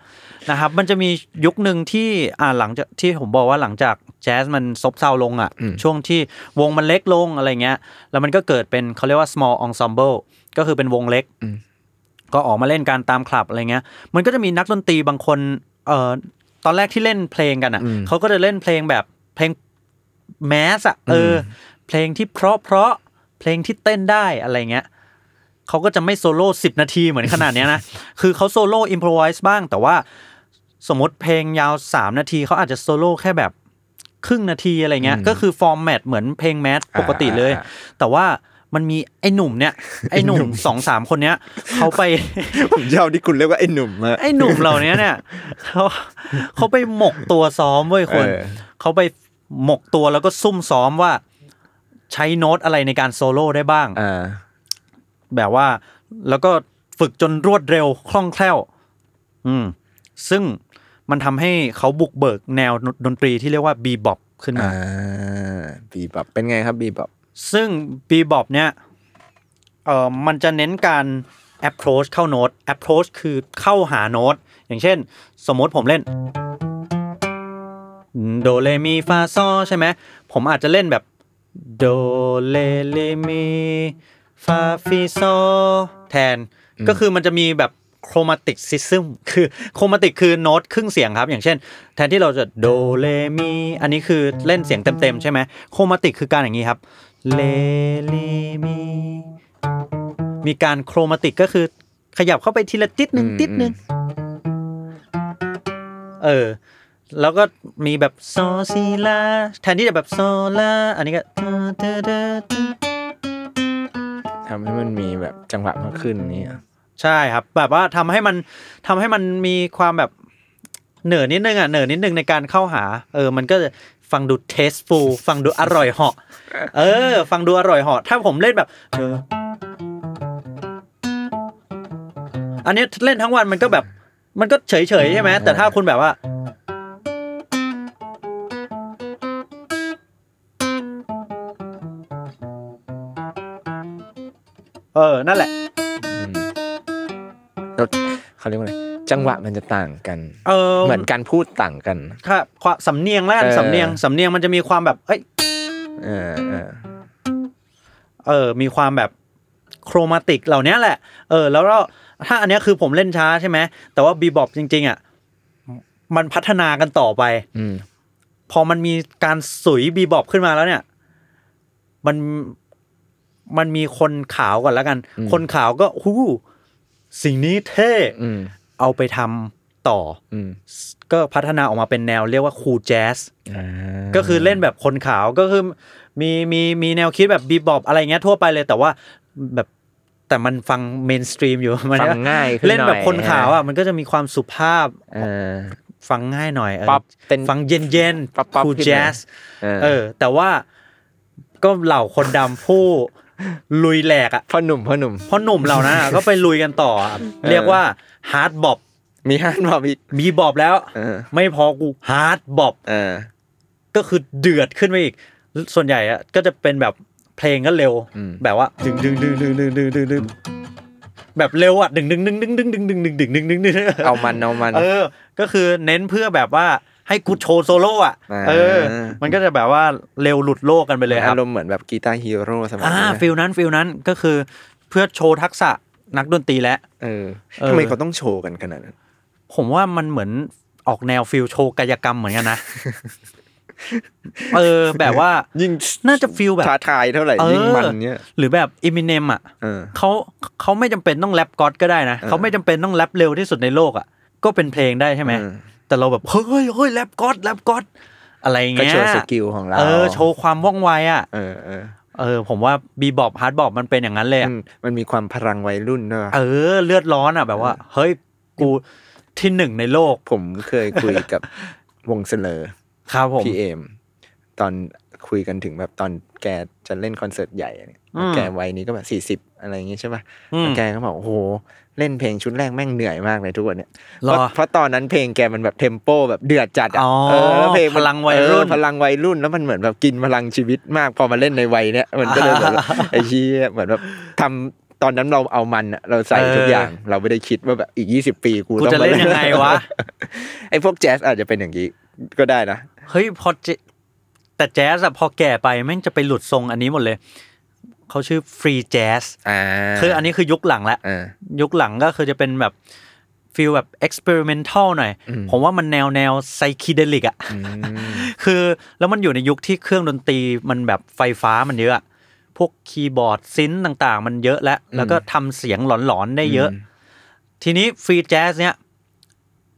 S3: นะครับ มันจะมียุคหนึ่งที่อ่าหลังจากที่ผมบอกว่าหลังจากแจ๊สมันซบเซาลงอ่ะ ช่วงที่วงมันเล็กลงอะไรเงี้ย แล้วมันก็เกิดเป็นเขาเรียกว่า small ensemble ก็คือเป็นวงเล็ก ก็ออกมาเล่นการตามคลับอะไรเงี้ย มันก็จะมีนักดนตรีบางคน เอ่อ ตอนแรกที่เล่นเพลงกันอ่ะ เขาก็จะเล่นเพลงแบบเพลงแมสอะเอออ เพลงที่เพราะเพราะๆเพลงที่เต้นได้อะไรเงี้ย เขาก็จะไม่โซโล่สิบนาทีเหมือนขนาดเนี้ ยนะ คือเขาโซโล่อิมพรไวส์บ้าง แต่ว่าสมมติเพลงยาว 3 นาที เขาอาจจะโซโล่แค่แบบครึ่งนาทีอะไรเงี้ย ก็คือฟอร์แมตเหมือนเพลงแมสปกติเลย
S2: อ่า
S3: แต่ว่ามันมีไอ้หนุ่มเนี่ย ไอ้หนุ่มสองสามคนเนี้ยเขาไป
S2: ผมชอบที่คุณเรียกว่าไอ้หนุ่มอะ
S3: ไอ้หนุ่มเหล่านี้เนี่ยเขาเขาไปหมกตัวซ้อมเว้ยคน
S2: เออ
S3: เขาไปหมกตัวแล้วก็ซุ่มซ้อมว่าใช้โน้ตอะไรในการโซโล่ได้บ้าง
S2: อ่า
S3: แบบว่าแล้วก็ฝึกจนรวดเร็วคล่องแคล่ว อืม ซึ่งมันทำให้เขาบุกเบิกแนวดนตรีที่เรียกว่าบีบอบขึ้นมา
S2: อ่าบีบอบเป็นไงครับบีบอบ
S3: ซึ่งบีบอบเนี่ยเออมันจะเน้นการ approach เข้าโน้ต approach คือเข้าหาโน้ต อย่างเช่น สมมติผมเล่น โดเลมีฟาซอใช่ไหม ผมอาจจะเล่นแบบ โดเลเลมีฟาฟิซอแทน ก็คือมันจะมีแบบโครมาติกซิซึม คือโครมาติกคือโน้ตครึ่งเสียงครับ อย่างเช่น แทนที่เราจะโดเลมีอันนี้คือเล่นเสียงเต็มๆใช่ไหมโครมาติกคือการอย่างนี้ครับเลเลมี มีการโครมาติกก็คือขยับเข้าไปทีละติดหนึ่ง
S2: อืม
S3: ติดหนึ่งเออ แล้วก็มีแบบโซซีลาแทนที่จะแบบโซลาอันนี้ก็
S2: ทำให้มันมีแบบจังหวะมากขึ้นนี่อ่ะ
S3: ใช่ครับ แบบว่าทำให้มันทำให้มันมีความแบบเหนือนิดนึงอ่ะเหนือนิดนึงในการเข้าหา เออ มันก็จะฟังดูเทสฟูฟังดูอร่อยเหาะเออ ฟังดูอร่อยเหาะถ้าผมเล่นแบบเอออันนี้เล่นทั้งวันมันก็แบบ มันก็เฉยเฉยๆใช่ไหมแต่ถ้าคุณแบบว่า เออ นั่นแหละ
S2: แล้วเขาเรียกว่าอะไรจังหวะมันจะต่างกัน
S3: เออ
S2: เหมือนการพูดต่างกัน
S3: ค่ะความสำเนียงแล้วกัน
S2: เออ
S3: สำเนียงสำเนียงมันจะมีความแบบเอ้ย
S2: เออเออ
S3: เออมีความแบบโครมาติกเหล่านี้แหละ เออ แล้วก็ถ้าอันเนี้ยคือผมเล่นช้าใช่ไหมแต่ว่าบีบอบจริง ๆอ่ะมันพัฒนากันต่อไป
S2: อืม
S3: พอมันมีการสุยบีบอบขึ้นมาแล้วเนี่ย มันมันมีคนขาวก่อนแล้วกัน
S2: อืม
S3: คนขาวก็หูสิ่งนี้เท่
S2: อืม
S3: เอาไปทำต่อ
S2: อืม
S3: ก็พัฒนาออกมาเป็นแนวเรียกว่าคูลแจ๊ส
S2: อ่า
S3: ก็คือเล่นแบบคนขาวก็คือมีมีมีแนวคิดแบบบีบอบอะไรเงี้ยทั่วไปเลยแต่ว่าแบบแต่มันฟังเมนสตรีมอยู่ มัน
S2: ฟั
S3: ก็
S2: งง่ายขึ้น
S3: เล่นแบบ
S2: หอย
S3: คนขาวอ่ะมันก็จะมีความสุภาพ
S2: เออ
S3: ฟังง่ายหน่อยเออ
S2: ปั๊บเต้น
S3: ฟังเย็นเย็น
S2: ปั๊บปั๊บ
S3: คู
S2: ขึ้น
S3: แจ๊ส
S2: เออ
S3: เออ แต่ว่าก็เหล่าคนดำผู้ ลุยแหลกอ่ะ
S2: พ่อหนุ่มพ่อหนุ่ม
S3: เพราะหนุ่มเหล่านั้น อะก็ไปลุยกันต่ออะเรียกว่าฮาร์ดบอบ
S2: มีฮันบอกอีก
S3: บีบอบแล้ว
S2: เออ
S3: ไม่พอกูฮาร์ดบอบ
S2: เออ
S3: ก็คือเดือดขึ้นไปอีก ส่วนใหญ่อะก็จะเป็นแบบเพลงก็เร็ว
S2: อืม
S3: แบบว่าดึงดึงดึงดึงดึงดึงดึงดึงแบบเร็วอะดึงดึงดึงดึงดึงดึงดึงดึงดึงดึงดึงดึง
S2: เอามันเอามัน
S3: เออ ก็คือเน้นเพื่อแบบว่าให้กูโชว์โซโล่อะ
S2: อ่า
S3: เออ มันก็จะแบบว่าเร็วหลุดโลกกันไปเลยค
S2: อา
S3: รับ
S2: รมณ์เหมือนแบบกีตาร์ฮีโร่สมัย
S3: อ่า
S2: นั้นนะ
S3: ฟิลนั้นฟิลนั้นก็คือเพื่อโชว์ทักษะนักดนตรีและ
S2: เออ
S3: เออ
S2: ทำไมเขาต้องโชว์กันขนาดนั้น
S3: ผมว่ามันเหมือนออกแนวฟิลโชว์กายกรรมเหมือนกันนะ เออ แบบว่า
S2: ยิ่ง
S3: น่าจะฟิลแบบ
S2: ท้าทายเท่าไหร่
S3: เออ
S2: ยิ่งมันเนี่ย
S3: หรือแบบอิมิเนมอ่ะ
S2: เออ
S3: เขาเขาไม่จำเป็นต้องแรปก็อดก็ได้นะ
S2: เออ
S3: เขาไม่จำเป็นต้องแรปเร็วที่สุดในโลกอ่ะ ก็เป็นเพลงได้ใช่ไหม
S2: เออ
S3: แต่เราแบบ เฮ้ยเฮ้ยแรปก็อดแรปก็อดอะไรอย่าง
S2: ก็
S3: เงี้ย
S2: โชว์สกิลของเรา
S3: เออ โชว์ความว่องไวอ่ะ
S2: เออเออ
S3: เออ ผมว่าบีบอบฮาร์ดบอบมันเป็นอย่างนั้นเลยอะ
S2: อืมมันมีความพลังวัยรุ่นด้วยวะ
S3: เออ เลือดร้อนอ่ะ แบบว่า เฮ้ย กูที่หนึ่งในโลก
S2: ผมเคยคุย กับ วงเสลอ
S3: ครับผม
S2: พี่เอม ตอนคุยกันถึงแบบตอนแกจะเล่นคอนเสิร์ตใหญ่อะเนี่ย
S3: อืม
S2: แกวัยนี้ก็แบบสี่สิบ40 อะไรอย่างงี้ใช่ป่ะ
S3: อืม
S2: แล้วแกก็บอกโอ้โห เล่นเพลงชุดแรกแม่งเหนื่อยมากเลยทุกวันเนี่ย
S3: หรอ
S2: เพราะเพราะตอนนั้นเพลงแกมันแบบเทมโปแบบเดือดจัดอะ
S3: อ๋อ
S2: เออแวเพลงมั
S3: พ
S2: น
S3: ลังวัยรุ่น
S2: เออพลังวัยรุ่นแล้วมันเหมือนแบบกินพลังชีวิตมากพอมาเล่นในวัยเนี้ยมันก็เลยแบบ ไอ้ชี้ยเหมือนแบบทำตอนนั้นเราเอามันอะเราใส่ทุกอย่าง เราไม่ได้คิดว่าแบบอีก 20 ปีกู
S3: กู
S2: ต้อง
S3: จะ
S2: มา
S3: เล่นยังไงวะ
S2: ไอ้พวกแจ๊สอาจจะเป็นอย่างนี้ก็ได้นะ
S3: เฮ้ยพอเจแต่แจ๊สอะพอแก่ไปแม่งจะไปหลุดทรงอันนี้หมดเลย เขาชื่อฟรีแจ๊ส
S2: อ่า
S3: คืออันนี้คือยุคหลังแล้ว
S2: อ่า
S3: ยุคหลังก็คือจะเป็นแบบฟีลแบบเอ็กซ์เพร์เมนทัลหน่อย
S2: อืม
S3: ผมว่ามันแนวแนวไซคิเดลิกอ่ะ
S2: อืม
S3: คือแล้วมันอยู่ในยุคที่เครื่องดนตรีมันแบบไฟฟ้ามันเยอะอะพวกคีย์บอร์ดซินต่างๆ มันเยอะแล้ว แล้วก็ทำเสียงหลอน ๆ ได้เยอะ ทีนี้ฟรีแจ๊สเนี้ย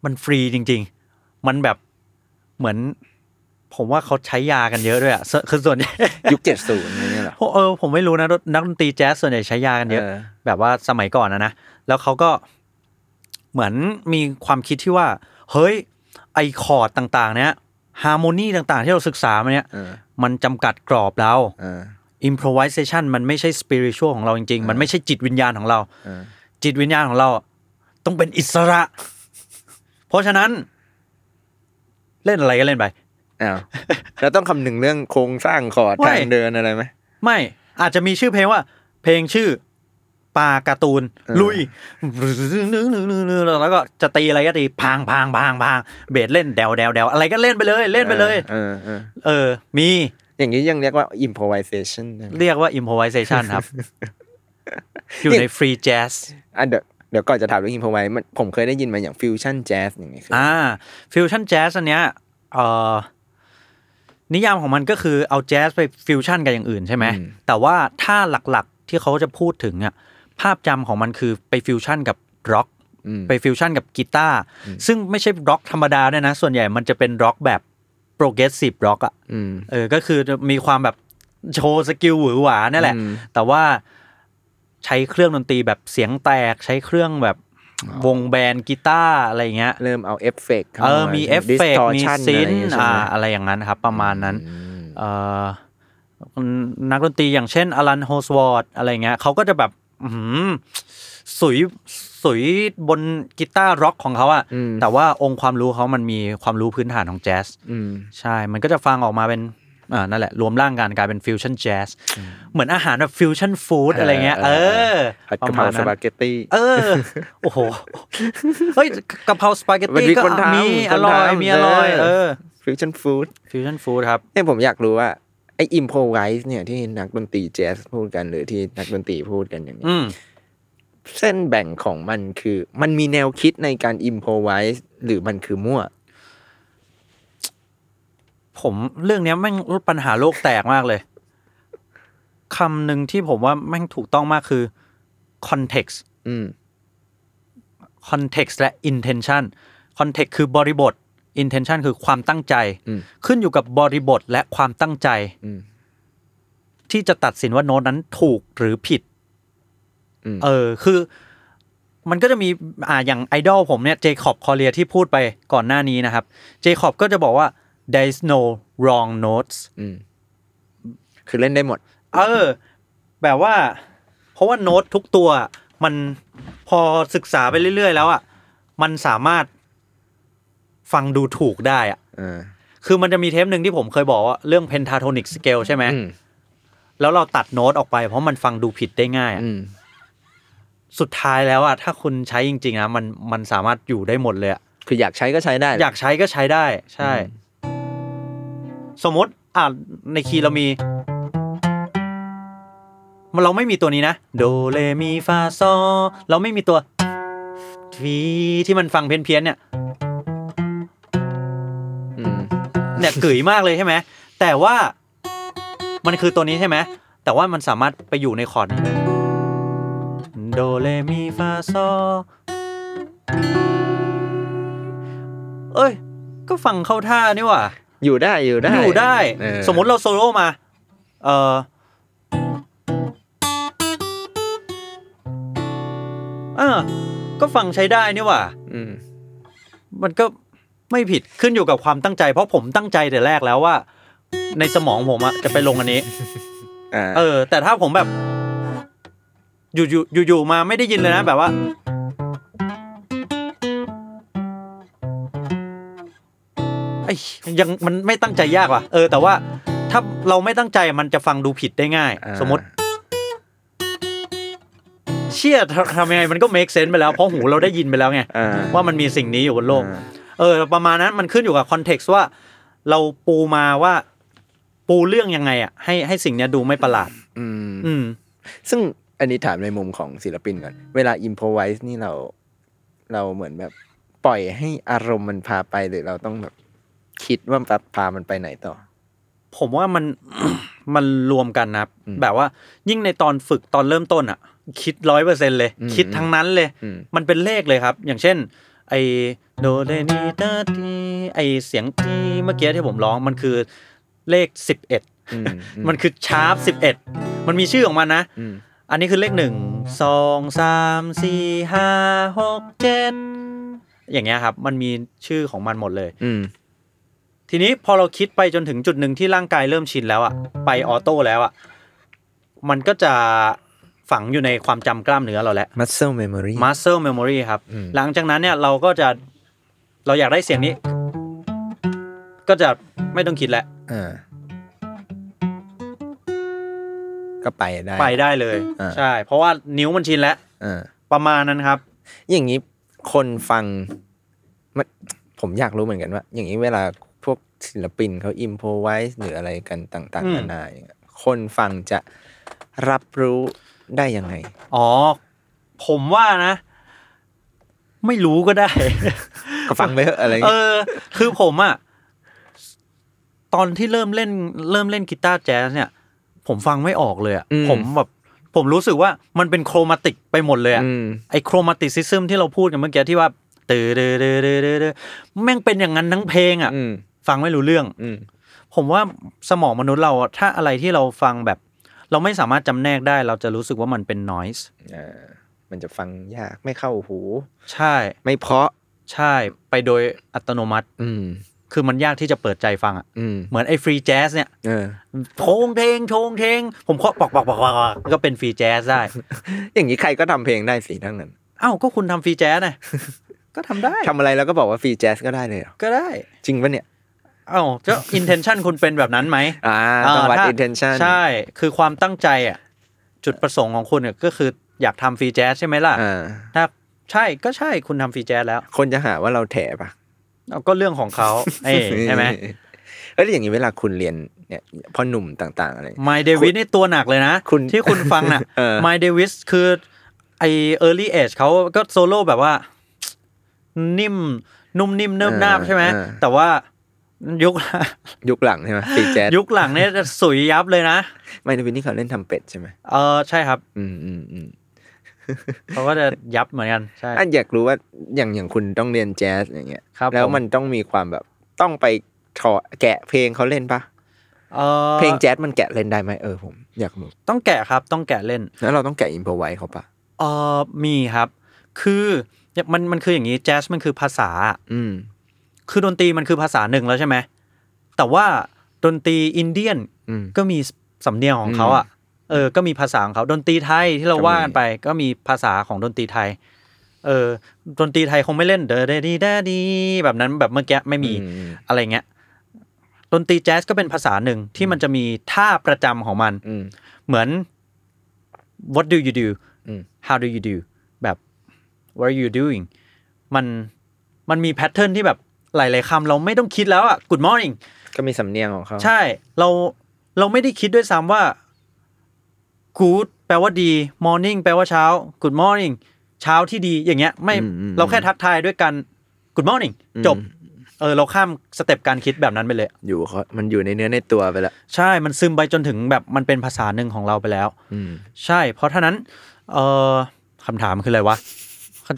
S3: มันฟรีจริง ๆ มันแบบเหมือน ผมว่าเขาใช้ยากันเยอะด้วยอะส่วนคือส่วนใหญ่
S2: ยุคเจ็ดศูนย์อะไรเงี้ยเหรอ
S3: เออผมไม่รู้นะนักดนตรีแจ๊สส่วนใหญ่ใช้ยากันเยอะ
S2: เออ
S3: แบบว่าสมัยก่อนนะนะ แล้วเขาก็เหมือนมีความคิดที่ว่า เฮ้ย ไอคอร์ดต่างๆ เนี้ยฮาร์โมนีต่างๆ ที่เราศึกษามาเนี้ย
S2: เออ
S3: มันจำกัดกรอบเรา
S2: เออ
S3: อิมพร v i เซชันมันไม่ใช่สปิริชวลของเราจริง ๆ มันไม่ใช่จิตวิญญาณของเรา
S2: เออ
S3: จิตวิญญาณของเรา ต้องเป็นอิสระ เพราะฉะนั้น เล่นอะไรก็เล่นไป
S2: อ้าวเราต้องคำนึงเรื่องโครงสร้างคอร์ด
S3: ไม่
S2: ทางเดินอะไรไหม
S3: ไม่อาจจะมีชื่อเพลงว่า เพลงชื่อ ปลาการ์ตูน
S2: เออ
S3: ลุยแล้วก็จะตีอะไรก็ตีพางพางพางพางเบสเล่นเดวเดวเดวอะไรก็เล่นไปเลยเล่นไปเลย
S2: เออเออ
S3: เออ มี
S2: อย่างนี้ยังเรียกว่า improvisation นะครับ
S3: เรียกว่า improvisation ครับ อยู่ใน free jazz
S2: อันเดี๋ยวเดี๋ยวก่อนจะถามเรื่องอินพอไว้มันผมเคยได้ยินมาอย่างฟิวชั่นแจ๊สอย่างเงี้ยคือ
S3: อ่าฟิวชั่นแจ๊สอันเนี้ยเอ่อนิยามของมันก็คือเอาแจ๊สไปฟิวชั่นกับอย่างอื่นใช่ไหมแต่ว่าถ้าหลักๆที่เขาจะพูดถึงอ่ะภาพจำของมันคือไปฟิวชั่นกับร็อก
S2: อืม
S3: ไปฟิวชั่นกับกีตาร์ซึ่งไม่ใช่ร็อกธรรมดาด้วยนะ ส่วนใหญ่มันจะเป็นร็อกแบบโปรเกรสซีฟร็อกอ่ะ
S2: อืม
S3: เออก็คือจะมีความแบบโชว์สกิลหวือหวานั่นแหละ
S2: อืม
S3: แต่ว่าใช้เครื่องดนตรีแบบเสียงแตก ใช้เครื่องแบบวงแบนกีตาร์อะไรอย่างเงี้ย
S2: เริ่มเอาเอฟเฟกต์
S3: เออ มีเอฟเฟกมีซินอ่า
S2: อ่า
S3: อะไรอย่างนั้นครับ ประมาณนั้น เออนักดนตรีอย่างเช่นอลันโฮสวอร์ดอะไรเงี้ยเขาก็จะแบบ อื้อหือสุยสุยบนกีตาร์ร็อกของเขาอะแต่ว่าองค์ความรู้เขามันมีความรู้พื้นฐานของแจ๊ส
S2: อืม
S3: ใช่ มันก็จะฟังออกมาเป็น อ่า นั่นแหละ รวมร่างกันกลายเป็นฟิวชั่นแจ๊ส เหมือนอาหารแบบฟิวชั่นฟู้ดอะไรเงี้ย เอ
S2: เออ
S3: อ
S2: ผัด
S3: ป
S2: กะ
S3: ระ
S2: เพ
S3: มา
S2: รา
S3: ณ
S2: ส
S3: นั้น
S2: ปาเกตตี้
S3: เออ โอ้โห เฮ้ยกะเพราสปาเกต
S2: มัน
S3: ตี้
S2: มี
S3: ก็
S2: คนทำ
S3: มี
S2: คนทำ
S3: อร่อย มีอร่อย
S2: เออ
S3: เออ
S2: ฟิวชั่นฟู้ด
S3: ฟิวชั่นฟู้ดครับ
S2: เนี่ยผมอยากรู้ว่า ไอ้อิมพอไวส์เนี่ยที่นักดนตรีแจ๊สพูดกันหรือที่นักดนตรีพูดกันอย่างเงี้ย
S3: อืม
S2: เส้นแบ่งของมันคือ มันมีแนวคิดในการอิมพอไวส์หรือมันคือมั่ว
S3: ผมเรื่องเนี้ยแม่งปัญหาโลกแตกมากเลยคำหนึ่งที่ผมว่าแม่งถูกต้องมากคือ context
S2: อืม
S3: context และ intention context คือบริบท intention คือความตั้งใจ
S2: อืม
S3: ขึ้นอยู่กับบริบทและความตั้งใจ
S2: อืม
S3: ที่จะตัดสินว่าโน้ตนั้นถูกหรือผิด
S2: อืม
S3: เออ คือ มันก็จะมีอ่าอย่างไอดอลผมเนี่ยเจคอบคอเรียที่พูดไปก่อนหน้านี้นะครับ เจคอบก็จะบอกว่า there is no wrong notes
S2: อืม คือเล่นได้หมด
S3: เออ แบบว่า เพราะว่าโน้ตทุกตัว มันพอศึกษาไปเรื่อย ๆ แล้วอ่ะมันสามารถฟังดูถูกได้อ่ะ
S2: เออ
S3: คือมันจะมีเทปหนึ่งที่ผมเคยบอกว่าเรื่อง pentatonic scale ใช่ไหม
S2: อืม
S3: แล้วเราตัดโน้ตออกไป เพราะมันฟังดูผิดได้ง่ายอะ
S2: อืม
S3: สุดท้ายแล้วอ่ะถ้าคุณใช้จริง ๆ นะ มันมันสามารถอยู่ได้หมดเลยอะ
S2: คืออยากใช้ก็ใช้ได้แหละ
S3: อยากใช้ก็ใช้ได้ใช่ สมมติอ่าในคีย์เรามี มันเราไม่มีตัวนี้นะ โดเรมีฟาซอเราไม่มีตัวฟีที่มันฟังเพี้ยนๆเนี่ย
S2: อืม
S3: เนี่ยกึ๋ยมากเลยใช่ไหมแต่ว่ามันคือตัวนี้ใช่ไหมแต่ว่ามันสามารถไปอยู่ในคอร์ดนี้โดเรมีฟาซอเอ้ย ก็ฟังเข้าท่านี่หว่า
S2: อยู่ได้อยู่ได้
S3: อยู่ได้
S2: เออ
S3: สมมติเราโซโล่มา เอออ่าก็ฟังใช้ได้นี่หว่า
S2: อืม
S3: มันก็ไม่ผิดขึ้นอยู่กับความตั้งใจ เพราะผมตั้งใจแต่แรกแล้วว่า ในสมองผมอะจะไปลงอันนี้
S2: อ่า
S3: เออ แต่ถ้าผมแบบ อยู่อยู่อยู่อยู่มาไม่ได้ยินเลยนะ แบบว่า ไอ้ยยังมันไม่ตั้งใจยากว่ะ เออ แต่ว่าถ้าเราไม่ตั้งใจมันจะฟังดูผิดได้ง่าย
S2: า
S3: สมมติเชี่ยทำทำยังไงมันก็ make sense ไปแล้ว เพราะหูเราได้ยินไปแล้วไง
S2: อ่า
S3: ว่ามันมีสิ่งนี้อยู่บนโลก
S2: อ่า
S3: เออ ประมาณนั้นมันขึ้นอยู่กับคอนเท็กซ์ว่า เราปูมาว่า ปูเรื่องยังไงอ่ะให้ให้สิ่งเนี้ยดูไม่ประหลาด
S2: อืม
S3: อืม
S2: ซึ่งอันนี้ถามในมุมของศิลปินก่อน เวลาอิมพอไวส์นี่เรา เราเหมือนแบบ ปล่อยให้อารมณ์มันพาไปหรือเราต้องแบบ คิดว่าแบบพามันไปไหนต่อ
S3: ผมว่ามัน มันรวมกันนะ
S2: อืม
S3: แบบว่ายิ่งในตอนฝึกตอนเริ่มต้นอ่ะ คิดร้อยเปอร์เซ็นเลย
S2: อืม
S3: คิดทั้งนั้นเลย
S2: อืม
S3: มันเป็นเลขเลยครับ อย่างเช่น ไอโดเรนีตาทีไอเสียงทีเมื่อกี้ที่ผมร้องมันคือเลขสิบเอ็ด
S2: อืมอืม
S3: มันคือชาร์ปสิบเอ็ดมันมีชื่อของมันนะ
S2: อืม
S3: อันนี้คือเลขหนึ่งสองสามสี่ห้าหกเจ็ดอย่างเงี้ยครับ มันมีชื่อของมันหมดเลย
S2: อืม
S3: ทีนี้พอเราคิดไปจนถึงจุดหนึ่งที่ร่างกายเริ่มชินแล้วอะไปออโต้แล้วอะมันก็จะฝังอยู่ในความจำกล้ามเนื้อเราแล้ว
S2: มัสเซลเมมโมรี
S3: muscle memory ครับ
S2: อืม
S3: หลังจากนั้นเนี่ยเราก็จะเราอยากได้เสียงนี้ ก็จะไม่ต้องคิดแล้ว
S2: อ่า ก็ไปได้
S3: ไปได้เลย
S2: อ่า
S3: ใช่ เพราะว่านิ้วมันชินแล้ว
S2: เออ
S3: ประมาณนั้นครับ
S2: อย่างนี้คนฟังมันผมอยากรู้เหมือนกันว่า อย่างนี้เวลาพวกศิลปินเขาอิมโพไวส์หรืออะไรกันต่าง
S3: อื
S2: ๆ
S3: ม
S2: นานาอย่างเงี้ยคนฟังจะรับรู้ได้ยังไง
S3: อ๋อ ผมว่านะ ไม่รู้ก็ได้
S2: ก็ฟังไปเถอะอะไร
S3: เอ
S2: เงี้ย
S3: อ คือผมอะตอนที่เริ่มเล่น เริ่มเล่นกีตาร์แจ๊สเนี่ย ผมฟังไม่ออกเลยอะผมแบบ ผมรู้สึกว่ามันเป็นโครมาติกไปหมดเลยอะ
S2: อืม
S3: ไอโครมาติซิซึมที่เราพูดกันเมื่อกี้ที่ว่าตื่อเด้อเด้อเด้อเด้อเด้อแม่งเป็นอย่างนั้นทั้งเพลงอ่ะ
S2: อืม
S3: ฟังไม่รู้เรื่อง
S2: อืม
S3: ผมว่าสมองมนุษย์เราอะถ้าอะไรที่เราฟังแบบ เราไม่สามารถจำแนกได้ เราจะรู้สึกว่ามันเป็น noise
S2: อ่า มันจะฟังยากไม่เข้าหู
S3: ใช่
S2: ไม่เพราะ
S3: ใช่ไปโดยอัตโนมัติ
S2: อืม
S3: คือมันยากที่จะเปิดใจฟังอ่ะ
S2: อืม
S3: เหมือนไอ้ฟรีแจ๊สเนี่ย
S2: เออ
S3: โทงเทงโทงเทง ผมเคาะปอกปอกปอกปอกปอกก็เป็นฟรีแจ๊สได้
S2: อย่างนี้ใครก็ทำเพลงได้สิทั้งนั้น
S3: เอ้าก็คุณทำฟรีแจ๊สนะก็ทำได้
S2: ทำอะไรแล้วก็บอกว่าฟรีแจ๊สก็ได้เลยเหรอ
S3: ก็ได้
S2: จริงปะเนี่ย
S3: เอ้าก็ intention คุณเป็นแบบนั้นไหม
S2: อ่า
S3: อ่า
S2: ต้องวัด
S3: ถ้า
S2: intention
S3: ใช่ คือความตั้งใจอ่ะ จุดประสงค์ของคุณเนี่ยก็คืออยากทำฟรีแจ๊สใช่ไหมล่ะ
S2: อ่า
S3: ถ้าใช่ก็ใช่คุณทำฟรีแจ๊สแล้ว
S2: คนจะหาว่าเราแถปะ
S3: เอาก็เรื่องของเขา เอ้ยใช่ไหม
S2: เอ้ยแล้วอย่างนี้เวลาคุณเรียนเนี่ยพ่อหนุ่มต่าง ๆ อะไร
S3: My Davis นี่ตัวหนักเลยนะ
S2: คุณ
S3: ที่คุณฟังน่ะ
S2: เออ
S3: My Davis คือไอ early age เขาก็โซโล่แบบว่า นิ่ม นุ่มนิ่มเนิบนาบใช่ไหม
S2: เออเออ
S3: แต่ว่ายุค
S2: ยุคหลังใช่ไหมตีแจ๊ส
S3: ยุคหลังเนี่ยจะสุยยับเลยนะ
S2: ไม่ได้วินนี่เขาเล่นทำเป็ดใช่ไหม
S3: เออใช่ครับ
S2: อืมอืมอืม
S3: เขาก็จะยับเหมือนกันใช่
S2: อันอยากรู้ว่าอย่างอย่างคุณต้องเรียนแจ๊สอย่างเงี้ย
S3: ครับ
S2: แล้ว
S3: ผม
S2: มันต้องมีความแบบต้องไปถอดแกะเพลงเขาเล่นปะ
S3: ออ
S2: เพลงแจ๊สมันแกะเล่นได้ไหมเออผมอยากรู้
S3: ต้องแกะครับต้องแกะเล่น
S2: แล้วเราต้องแกะอินพอไว้เขาปะ
S3: เออมีครับ คือมันมันคืออย่างนี้แจ๊สมันคือภาษา
S2: อืม
S3: คือดนตรีมันคือภาษาหนึ่งแล้วใช่ไหมแต่ว่าดนตรีอินเดียน
S2: อืม
S3: ก็มีสำเนียงของเขาอ่ะเออ ก็มีภาษาของเขาดนตรีไทยที่เราว่ากันไป ก็มีภาษาของดนตรีไทย เออดนตรีไทยคงไม่เล่นเดอเดดีดาดีแบบนั้นแบบเมื่อกี้ไม่มี
S2: อืม
S3: อะไรเงี้ยดนตรีแจ๊สก็เป็นภาษาหนึ่งที่มันจะมีท่าประจำของมัน
S2: อืม
S3: เหมือน what do you do
S2: อืม
S3: how do you do แบบ what are you doing มันมันมีแพทเทิร์นที่แบบหลายๆคำเราไม่ต้องคิดแล้วอ่ะ good morning
S2: ก็มีสำเนียงของเขา
S3: ใช่เราเราไม่ได้คิดด้วยซ้ำว่า good แปลว่าดี morning แปลว่าเช้า good morning เช้าที่ดีอย่างเงี้ย ไม่เราแค่ทักทายด้วยกัน good morning จบ เออ เราข้ามสเต็ปการคิดแบบนั้นไปเลย
S2: อยู่เขามันอยู่ในเนื้อในตัวไปละ
S3: ใช่มันซึมไปจนถึงแบบมันเป็นภาษาหนึ่งของเราไปแล้ว
S2: อืม
S3: ใช่ เพราะท่านั้น เออคำถามคืออะไรวะ